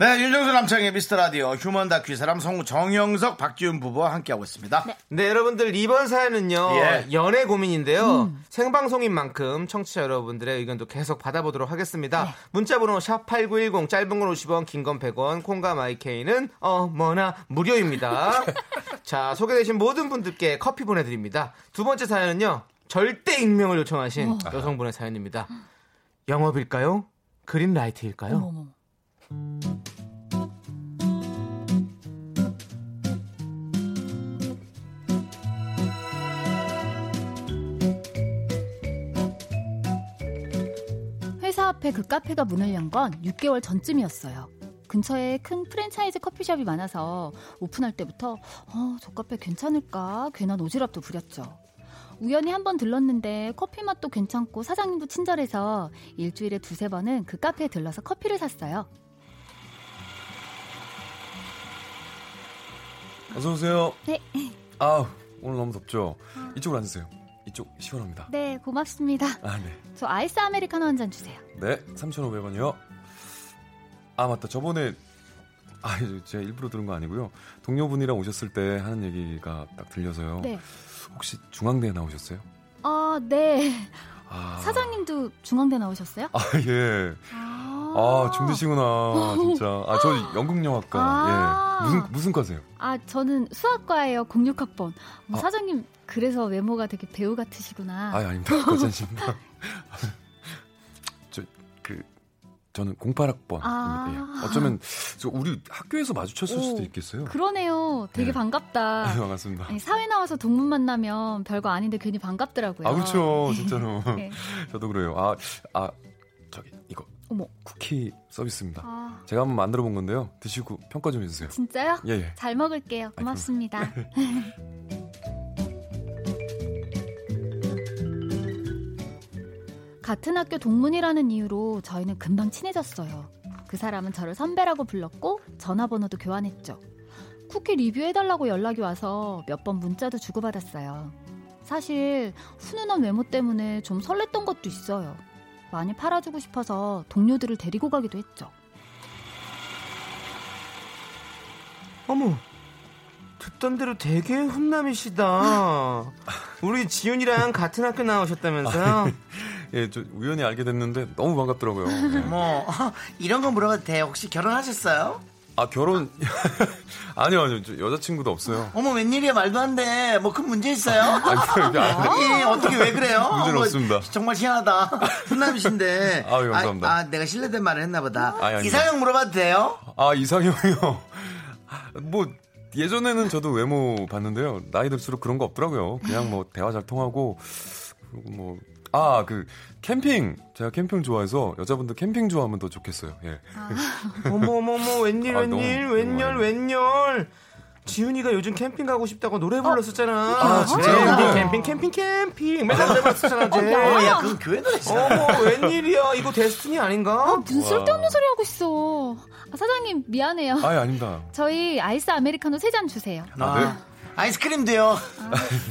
네 윤정수 남창희의 미스터 라디오 휴먼 다큐 이 사람 성우 정영석 박지훈 부부와 함께하고 있습니다 네, 여러분들 이번 사연은요. 예. 연애 고민인데요. 생방송인 만큼 청취자 여러분들의 의견도 계속 받아보도록 하겠습니다. 문자 번호 샵8910 짧은 건 50원, 긴 건 100원, 콩과 마이케이는 어머나 무료입니다. 자, 소개되신 모든 분들께 커피 보내 드립니다. 두 번째 사연은요. 절대 익명을 요청하신 어. 여성분의 사연입니다. 영업일까요? 그린라이트일까요? 회사 앞에 그 카페가 문을 연 건 6개월 전쯤이었어요. 근처에 큰 프랜차이즈 커피숍이 많아서 오픈할 때부터 어, 저 카페 괜찮을까 괜한 오지랖도 부렸죠. 우연히 한 번 들렀는데 커피 맛도 괜찮고 사장님도 친절해서 일주일에 두세 번은 그 카페에 들러서 커피를 샀어요. 어서 오세요. 네, 아 오늘 너무 덥죠. 이쪽으로 앉으세요. 이쪽 시원합니다. 아. 네 고맙습니다. 아 네. 저 아이스 아메리카노 한 잔 주세요. 네 3,500원이요. 아 맞다 저번에 아 제가 일부러 들은 거 아니고요. 동료분이랑 오셨을 때 하는 얘기가 딱 들려서요. 네. 혹시 중앙대에 나오셨어요? 아 네. 아. 사장님도 중앙대 나오셨어요? 아 예. 아 중대시구나 진짜. 아 저 연극영화과 아. 예 무슨 무슨 과세요? 아, 저는 수학과예요. 06학번. 어, 아. 사장님, 그래서 외모가 되게 배우 아. 같으시구나. 아 아닙니다. 거짓입니다. 저그 저는 08학번입니다. 아. 어쩌면 저 우리 학교에서 마주쳤을 오, 수도 있겠어요. 그러네요. 되게 네. 네, 반갑다. 반갑습니다. 아니, 사회 나와서 동문 만나면 별거 아닌데 괜히 반갑더라고요. 아 그렇죠, 진짜로. 네. 저도 그래요. 아, 아 저기 이거 어머. 쿠키 서비스입니다. 아. 제가 한번 만들어 본 건데요. 드시고 평가 좀 해주세요. 진짜요? 예, 예. 잘 먹을게요. 아, 고맙습니다. 같은 학교 동문이라는 이유로 저희는 금방 친해졌어요. 그 사람은 저를 선배라고 불렀고 전화번호도 교환했죠. 쿠키 리뷰해달라고 연락이 와서 몇 번 문자도 주고받았어요. 사실 훈훈한 외모 때문에 좀 설렜던 것도 있어요. 많이 팔아주고 싶어서 동료들을 데리고 가기도 했죠. 어머, 듣던 대로 되게 훈남이시다. 우리 지윤이랑 같은 학교 나오셨다면서요? 예, 저 우연히 알게 됐는데 너무 반갑더라고요. 예. 뭐 이런 거 물어봐도 돼요? 혹시 결혼하셨어요? 아 결혼 아니요 아니요 저 여자친구도 없어요. 어머 웬일이야 말도 안 돼. 뭐 큰 문제 있어요? 그게 아니라- 예, 어떻게 왜 그래요? 문제는 어머, 없습니다. 정말 희한하다. 훈남이신데. 아유, 감사합니다. 아, 아, 내가 실례된 말을 했나 보다. 아니, 아닙니다. 이상형 물어봐도 돼요? 아 이상형이요. 뭐 예전에는 저도 외모 봤는데요. 나이 들수록 그런 거 없더라고요. 그냥 뭐 대화 잘 통하고 그리고 뭐 아 그 캠핑 제가 캠핑 좋아해서 여자분들 캠핑 좋아하면 더 좋겠어요. 예. 어머 어머 어머 웬일 아, 너무- 웬일 너무 웬열 많이- 웬열 지훈이가 요즘 캠핑 가고 싶다고 노래 불렀었잖아. 네, 아, 진짜요? 네. 캠핑 캠핑 캠핑 캠핑 맨날 노래 불렀었잖아. 쟤. 어, 야, 그건 교회 노래잖아. 어, 어머 웬일이야 이거 데스티니 아닌가? 무슨 쓸데없는 소리 하고 있어. 아, 사장님 미안해요. 아 아닙니다. 저희 아이스 아메리카노 세 잔 주세요. 아, 네. 아이스크림도요.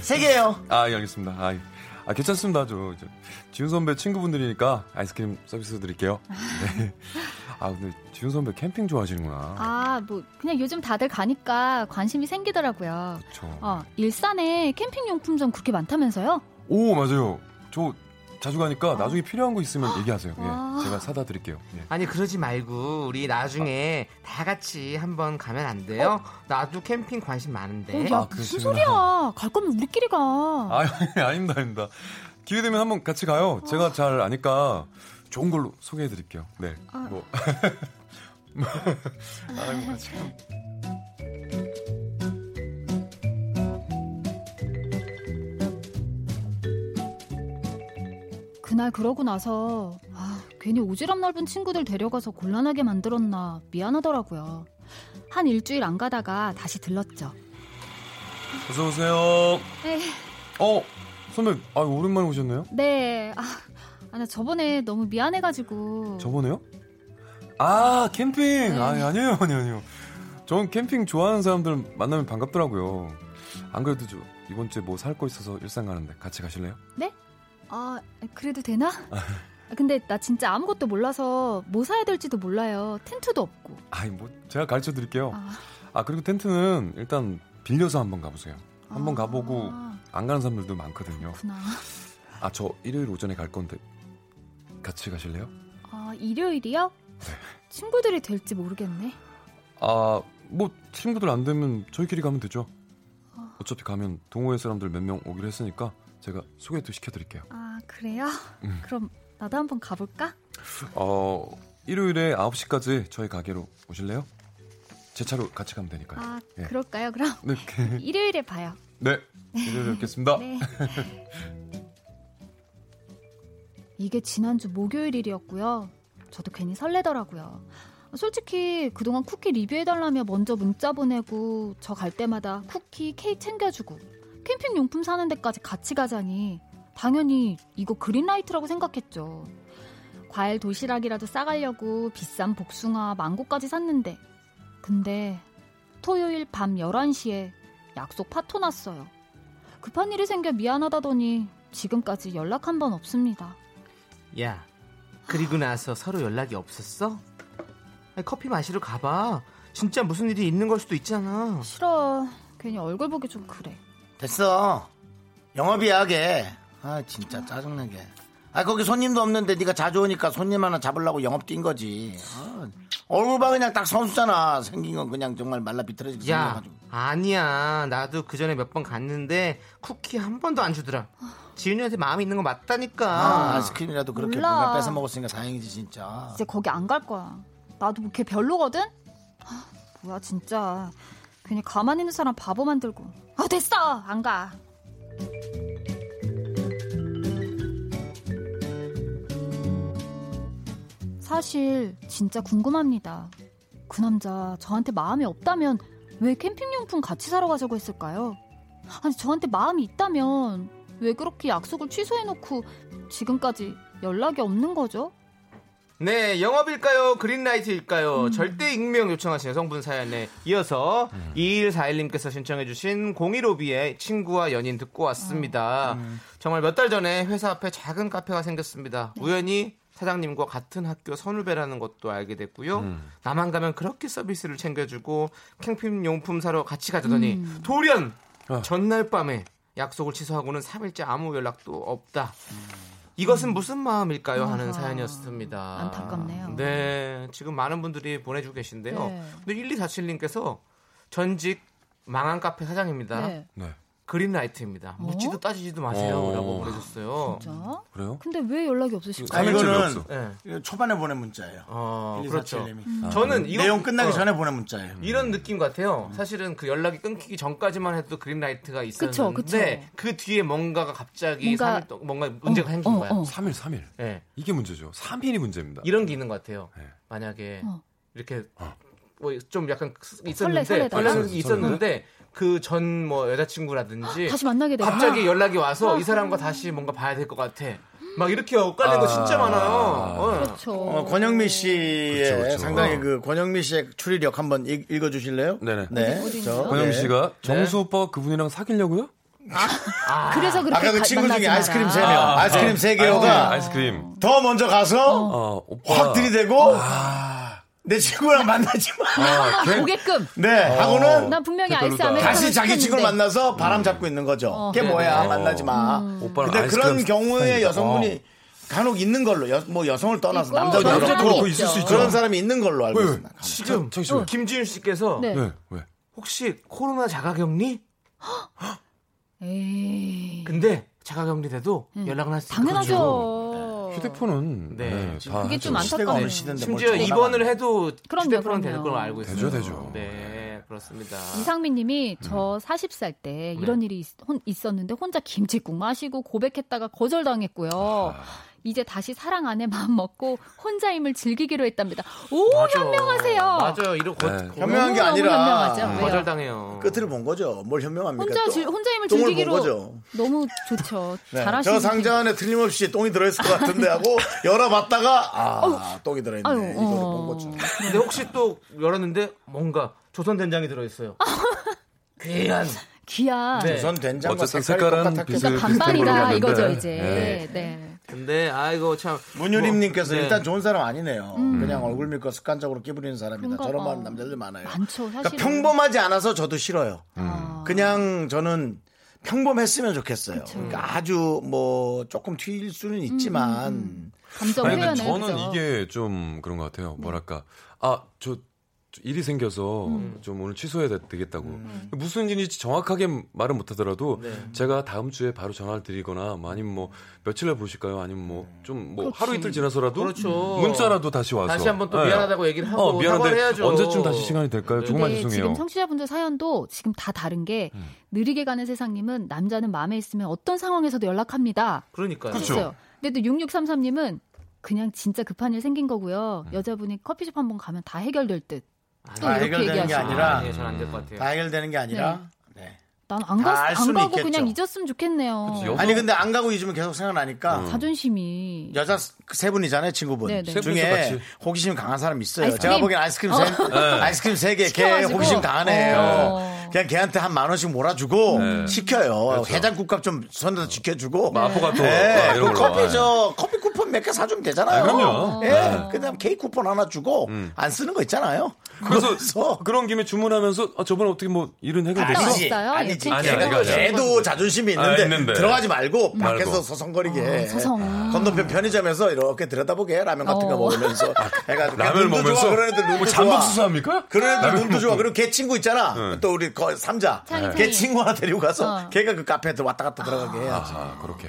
세 개요. 아, 예, 알겠습니다. 아, 예. 아, 괜찮습니다. 저, 저 지훈 선배 친구분들이니까 아이스크림 서비스 드릴게요. 네. 아, 근데 지훈 선배 캠핑 좋아하시는구나. 아, 뭐 그냥 요즘 다들 가니까 관심이 생기더라고요. 그렇죠. 어, 일산에 캠핑 용품점 그렇게 많다면서요? 오, 맞아요. 저 자주 가니까 나중에 필요한 거 있으면 얘기하세요. 아. 예. 제가 사다 드릴게요. 예. 아니 그러지 말고 우리 나중에 다 같이 한번 가면 안 돼요? 어? 나도 캠핑 관심 많은데. 어, 야, 무슨 소리야? 갈 거면 우리끼리 가. 아, 예, 아닙니다, 아닙니다. 기회 되면 한번 같이 가요. 제가 잘 아니까 좋은 걸로 소개해 드릴게요. 네. 아. 뭐. 아이고, 참. 그날 그러고 나서 아, 괜히 오지랖 넓은 친구들 데려가서 곤란하게 만들었나 미안하더라고요. 한 일주일 안 가다가 다시 들렀죠. 어서 오세요. 에이, 어, 선배, 아, 오랜만에 오셨네요. 네. 아, 아, 나 저번에 너무 미안해가지고. 저번에요? 아 캠핑 네. 아 아니에요 아니 아니요 전 캠핑 좋아하는 사람들 만나면 반갑더라고요 안 그래도 저 이번 주에 뭐 살 거 있어서 일산 가는데 같이 가실래요? 네? 아, 그래도 되나? 아, 근데 나 진짜 아무것도 몰라서 뭐 사야 될지도 몰라요. 텐트도 없고. 아이 뭐 제가 가르쳐 드릴게요 아. 아 그리고 텐트는 일단 빌려서 한번 가보세요 한번 아. 가보고 안 가는 사람들도 많거든요 그렇구나. 아 저 일요일 오전에 갈 건데 같이 가실래요? 아, 일요일이요? 친구들이 될지 모르겠네. 아 뭐 친구들 안 되면 저희끼리 가면 되죠 아, 어차피 가면 동호회 사람들 몇 명 오기로 했으니까 제가 소개도 시켜드릴게요 아, 그래요? 음. 그럼 나도 한번 가볼까? 어, 일요일에 9시까지 저희 가게로 오실래요? 제 차로 같이 가면 되니까요. 아, 예. 그럴까요, 그럼? 네. 일요일에 봐요. 네. 일요일에 뵙겠습니다. 네. 이게 지난주 목요일이었고요. 저도 괜히 설레더라고요. 솔직히 그동안 쿠키 리뷰해달라며 먼저 문자 보내고 저 갈 때마다 쿠키, 케이크 챙겨주고 캠핑 용품 사는 데까지 같이 가자니 당연히 이거 그린라이트라고 생각했죠. 과일 도시락이라도 싸가려고 비싼 복숭아, 망고까지 샀는데 근데 토요일 밤 11시에 약속 파토 났어요. 급한 일이 생겨 미안하다더니 지금까지 연락 한 번 없습니다. 야, 그리고 나서 서로 연락이 없었어? 아니, 커피 마시러 가봐. 진짜 무슨 일이 있는 걸 수도 있잖아. 싫어. 괜히 얼굴 보기 좀 그래. 됐어. 영업이야, 걔. 아, 진짜 짜증나게. 아, 거기 손님도 없는데 네가 자주 오니까 손님 하나 잡으려고 영업 뛴 거지. 아, 얼굴 봐 그냥 딱 선수잖아. 생긴 건 그냥 정말 말라 비틀어지게 야, 생겨가지고. 아니야. 나도 그 전에 몇 번 갔는데 쿠키 한 번도 안 주더라. 지윤이한테 마음이 있는 거 맞다니까. 아, 아이스크림이라도 그렇게 몰라. 뭔가 뺏어 먹었으니까 다행이지 진짜. 이제 거기 안 갈 거야. 나도 뭐 걔 별로거든? 아, 뭐야, 진짜. 괜히 가만히 있는 사람 바보 만들고. 아, 됐어! 안 가. 사실, 진짜 궁금합니다. 그 남자, 저한테 마음이 없다면 왜 캠핑용품 같이 사러 가자고 했을까요? 아니, 저한테 마음이 있다면 왜 그렇게 약속을 취소해놓고 지금까지 연락이 없는 거죠? 네, 영업일까요? 그린라이트일까요? 절대 익명 요청하신 여성분 사연에 이어서 2141님께서 신청해주신 015B의 친구와 연인 듣고 왔습니다. 정말 몇 달 전에 회사 앞에 작은 카페가 생겼습니다. 우연히 사장님과 같은 학교 선후배라는 것도 알게 됐고요. 음. 나만 가면 그렇게 서비스를 챙겨주고 캠핑 용품 사러 같이 가자더니 음. 돌연 전날 밤에 약속을 취소하고는 3일째 아무 연락도 없다. 이것은 무슨 마음일까요? 하는 사연이었습니다. 안타깝네요. 네. 지금 많은 분들이 보내주고 계신데요. 네. 근데 1247님께서 전직 망한 카페 사장입니다. 네. 네. 그린라이트입니다. 묻지도 따지지도 음. 마세요. 어. 라고 보내줬어요. 진짜? 그래요? 근데 왜 연락이 없으실까요? 아, 이거는 없어. 예. 이거 초반에 보낸 문자예요. 어, 1247 그렇죠. 님이. 음. 저는 이거- 내용 끝나기 어. 전에 보낸 문자예요. 음. 이런 느낌 같아요. 사실은 그 연락이 끊기기 전까지만 해도 그린라이트가 그쵸, 있었는데 그 뒤에 뭔가가 갑자기 뭔가- 어, 삼일 동안 뭔가 문제가 생긴 거야. 3일, 3일. 네. 이게 문제죠. 3일이 문제입니다. 예. 이런 게 있는 것 같아요. 만약에 어. 이렇게 뭐 좀 약간 설레, 있었는데 설레다. 설레는 설레, 게 있었는데 그 전 뭐 여자친구라든지 다시 만나게 되고. 갑자기 아. 연락이 와서 아. 이 사람과 다시 뭔가 봐야 될 것 같아. 막 이렇게 엇갈린 거 진짜 많아요. 어. 그렇죠. 아. 어, 권영미 씨의 그렇죠, 그렇죠. 상당히 그 권영미 씨의 추리력 한번 읽, 어주실래요 네네. 네. 저- 권영 네. 씨가 정수 오빠 그분이랑 사귀려고요? 그래서 그렇게 아까 그 가- 친구 중에 만나지 아이스크림 마라. 세 명, 아이스크림 네. 세 개가 아이스크림. 더 먼저 가서 어, 오빠. 확 들이대고 내 친구랑 만나지 마. 아, 걔- 오게끔. 어. 네, 하고는 난 분명히 그러니까 아이스 그러다. 아메리카노 다시 자기 친구를 시켰는데. 만나서 바람 잡고 있는 거죠. 어. 음. 걔 뭐야 네네. 만나지 마. 음. 오빠랑 근데 아이스크림 그런 경우에 스타일이다. 여성분이 간혹 있는 걸로 여, 뭐 여성을 떠나서 있고, 남자도 남자도 그렇고 그렇고 있을 수 있죠. 그런 사람이 있는 걸로 알고 왜, 왜? 있습니다. 어, 지금 저기 지금. 김지윤 씨께서 네. 네, 왜? 혹시 코로나 자가격리? 에이. 근데 자가격리 돼도 연락은 할수 아, 당연하죠. 휴대폰은 네, 다 그게 좀 하죠. 안타까워요. 어느 시대인데 뭘 심지어 전화가 입원을 해도 그럼요, 휴대폰은 그럼요. 되는 걸로 알고 있어요. 되죠, 되죠. 네, 그렇습니다. 아. 이상민 음. 님이 저 40살 때 네. 이런 일이 있, 었는데 혼자 김치국 마시고 고백했다가 거절당했고요. 이제 다시 사랑 안에 마음 먹고 혼자임을 즐기기로 했답니다. 오, 맞아. 현명하세요. 맞아요. 이런 거 네. 현명한 게 너무너무 아니라 현명하죠. 왜요? 거절당해요. 끝을 본 거죠. 뭘 현명합니까? 혼자 그러니까 또? 즐- 혼자임을 똥을 본 즐기기로 거죠. 너무 좋죠. 네, 저 잘하시는 상자 안에 틀림없이 똥이 들어있을 것 같은데 하고 열어봤다가 아 똥이 들어있네 아유, 이걸 본 거죠. 근데 혹시 또 열었는데 뭔가 조선 된장이 들어 있어요. 귀한. 귀한 네. 우선 된장과 어쨌든 색깔이 색깔은 똑같았겠죠. 비슷- 아. 그러니까 반반이다 비슷한 걸로 이거죠 봤는데. 이제. 네. 네. 근데 아이고 참 문유림님께서 뭐, 네. 일단 좋은 사람 아니네요. 그냥 얼굴 믿고 습관적으로 끼부리는 사람이다. 음. 그런가 저런 봐. 말은 남자들 많아요. 많죠 사실. 그러니까 평범하지 않아서 저도 싫어요. 음. 아. 그냥 저는 평범했으면 좋겠어요. 그러니까 아주 뭐 조금 튀일 음, 수는 있지만 감정 아니, 근데 표현을 저는 그죠? 이게 좀 그런 것 같아요. 음. 뭐랄까. 아, 저, 저 일이 생겨서 음. 좀 오늘 취소해야 되- 되겠다고. 무슨 일인지 정확하게 말은 못하더라도 네. 제가 다음 주에 바로 전화를 드리거나 뭐 아니면 뭐 며칠날 보실까요? 아니면 뭐 좀 뭐 네. 그렇지. 하루 이틀 지나서라도 그렇죠. 문자라도 다시 와서 다시 한번 또 네. 미안하다고 얘기를 하고 어, 미안한데 사과를 해야죠. 네, 언제쯤 다시 시간이 될까요? 정말 근데 네, 죄송해요. 음. 지금 청취자분들 사연도 지금 다 다른 게 느리게 가는 세상님은 남자는 마음에 있으면 어떤 상황에서도 연락합니다. 그러니까요. 그렇죠. 했어요. 근데 또 6633님은 그냥 진짜 급한 일 생긴 거고요. 음. 여자분이 커피숍 한번 가면 다 해결될 듯. 또 아, 이렇게 해결되는 게 얘기하시고. 아니라 예, 잘안될 것 같아요. 다 해결되는 게 아니라 네. 난안 다알 안 수는 가고 있겠죠. 그냥 잊었으면 좋겠네요. 어. 음. 그치, 여성- 아니 근데 안 가고 잊으면 계속 생각나니까 자존심이. 여자 세 분이잖아요 친구분 네. 네네. 세 분이서 네. 중에 같이. 호기심 강한 사람 있어요. 아이스크림? 어. 제가 보기엔 아이스크림 세 아이스크림 세 개 걔 시켜가지고. 호기심 강하네요. 어. 그냥 걔한테 한 만 원씩 몰아주고 시켜요. 해장국값 좀 손에다 지켜주고 마포가 또 네, 네. 그렇죠. 아, 그 이런 걸로. 커피 저 커피 쿠폰 몇 개 사주면 되잖아요. 네. 아, 그럼요. 음. 예, 그다음 케이크 쿠폰 하나 주고 안 쓰는 거 있잖아요. 그래서 그런 김에 주문하면서 아, 저번에 어떻게 뭐 일은 해결됐어? 아니지, 예, 아니지. 걔가 걔도 자존심이 아, 있는데, 있는데. 들어가지 말고 말고. 밖에서 서성거리게. 해. 아, 서성. 건너편 편의점에서 이렇게 들여다보게 해, 라면 같은 거 어. 먹으면서. 해가지고 걔 라면을 눈도 먹으면서? 좋아, 그런 애들 눈도 뭐 좋아. 잠복수사합니까? 그런 애들 라면 눈도 좋아. 먹고. 네. 그리고 걔 친구 있잖아. 또 우리 거 삼자. 창희, 창희. 걔 친구 하나 데리고 가서 어. 걔가 그 카페에 왔다 갔다 들어가게 해야지. 아, 그렇게.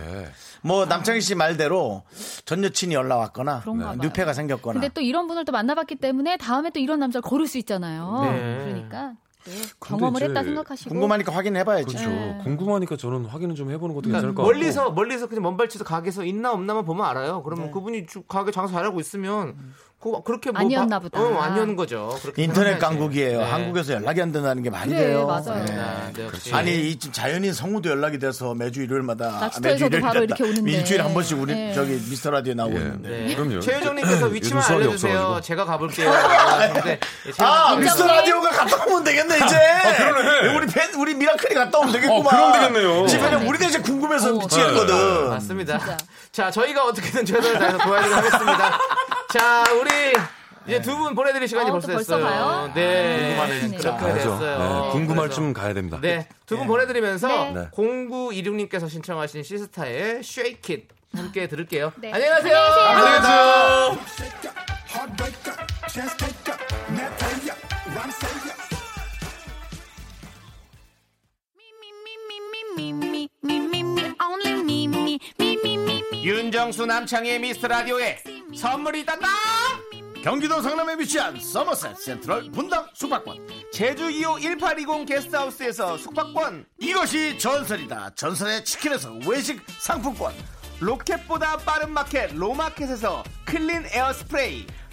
뭐 남창희 씨 말대로 전 여친이 연락 왔거나 그런가 봐요. 뉴페가 생겼거나 근데 또 이런 분을 또 만나봤기 때문에 다음에 또 이런 남자를 고를 수 있잖아요. 네. 그러니까 또 경험을 했다 생각하시고 확인해봐야지. 그렇죠. 네. 궁금하니까 저는 확인을 좀 해보는 것도 괜찮을 것 같고. 네. 음. 멀리서 멀리서 그냥 먼발치에서 가게에서 있나 없나만 보면 알아요. 그러면 네. 그분이 주- 가게 장사 잘하고 있으면 그, 그렇게 뭐 아니었나 바- 보다. 어, 아니었는 거죠. 그렇게 인터넷 생각해야지. 강국이에요. 네. 한국에서 연락이 안 된다는 게 말이 그래, 돼요. 맞아요. 예. 네, 네, 역시. 아니 이 지금 자연인 성우도 연락이 돼서 매주 일요일마다 아, 낚시터에서도 매주 바로 일요일마다 이렇게 오는데. 일주일에 한 번씩 우리 예. 저기 미스터 라디오 나오고 있는데. 네. 최유정님께서 위치만 요즘 수학이 알려주세요. 없어가지고. 제가 가볼게요. 근데 아, 최유정님- 미스터 라디오가 갔다 오면 되겠네, 이제. 아, 그러네. 어, 우리 팬, 우리 미라클이 갔다 오면 되겠구만. 그럼 되겠네요. 집에 그냥 우리 대신 궁금해서 미치겠거든. 네, 맞습니다. 자, 저희가 어떻게든 최선을 다해서 도와드리도록 하겠습니다. 자, 우리 이제 두 분 보내드릴 시간이 어, 벌써 또 벌써 됐어요. 가요? 네, 궁금하네, 진짜. 그렇게 가야죠. 됐어요. 네, 궁금할 쯤 가야 됩니다. 네, 두 분 보내드리면서 네. 0926님께서 신청하신 시스타의 Shake It 함께 들을게요. 네. 안녕하세요. 안녕히 계세요. 안녕히 계세요. 윤정수 남창의 미스터 라디오에 선물이 있단다. 경기도 성남에 위치한 서머셋 센트럴 분당 숙박권. 제주 2호 1820 게스트하우스에서 숙박권. 이것이 전설이다. 전설의 치킨에서 외식 상품권. 로켓보다 빠른 마켓 로마켓에서 클린 에어 스프레이.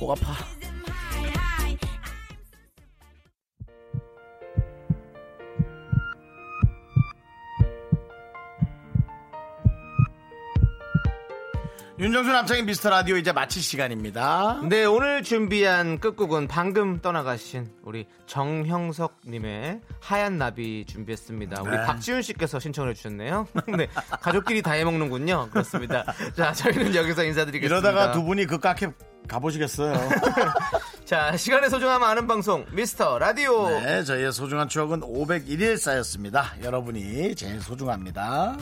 목 아파 윤정수 남창의 미스터 라디오 이제 마칠 시간입니다 네 오늘 준비한 끝곡은 방금 떠나가신 우리 정형석님의 하얀 나비 준비했습니다 우리 네. 박지훈 씨께서 신청을 해주셨네요 네 가족끼리 다 해먹는군요 그렇습니다 자 저희는 여기서 인사드리겠습니다 이러다가 두 분이 그 카페 가보시겠어요 자 시간의 소중함 아는 방송 미스터 라디오 네, 저희의 소중한 추억은 501일 쌓였습니다. 여러분이 제일 소중합니다.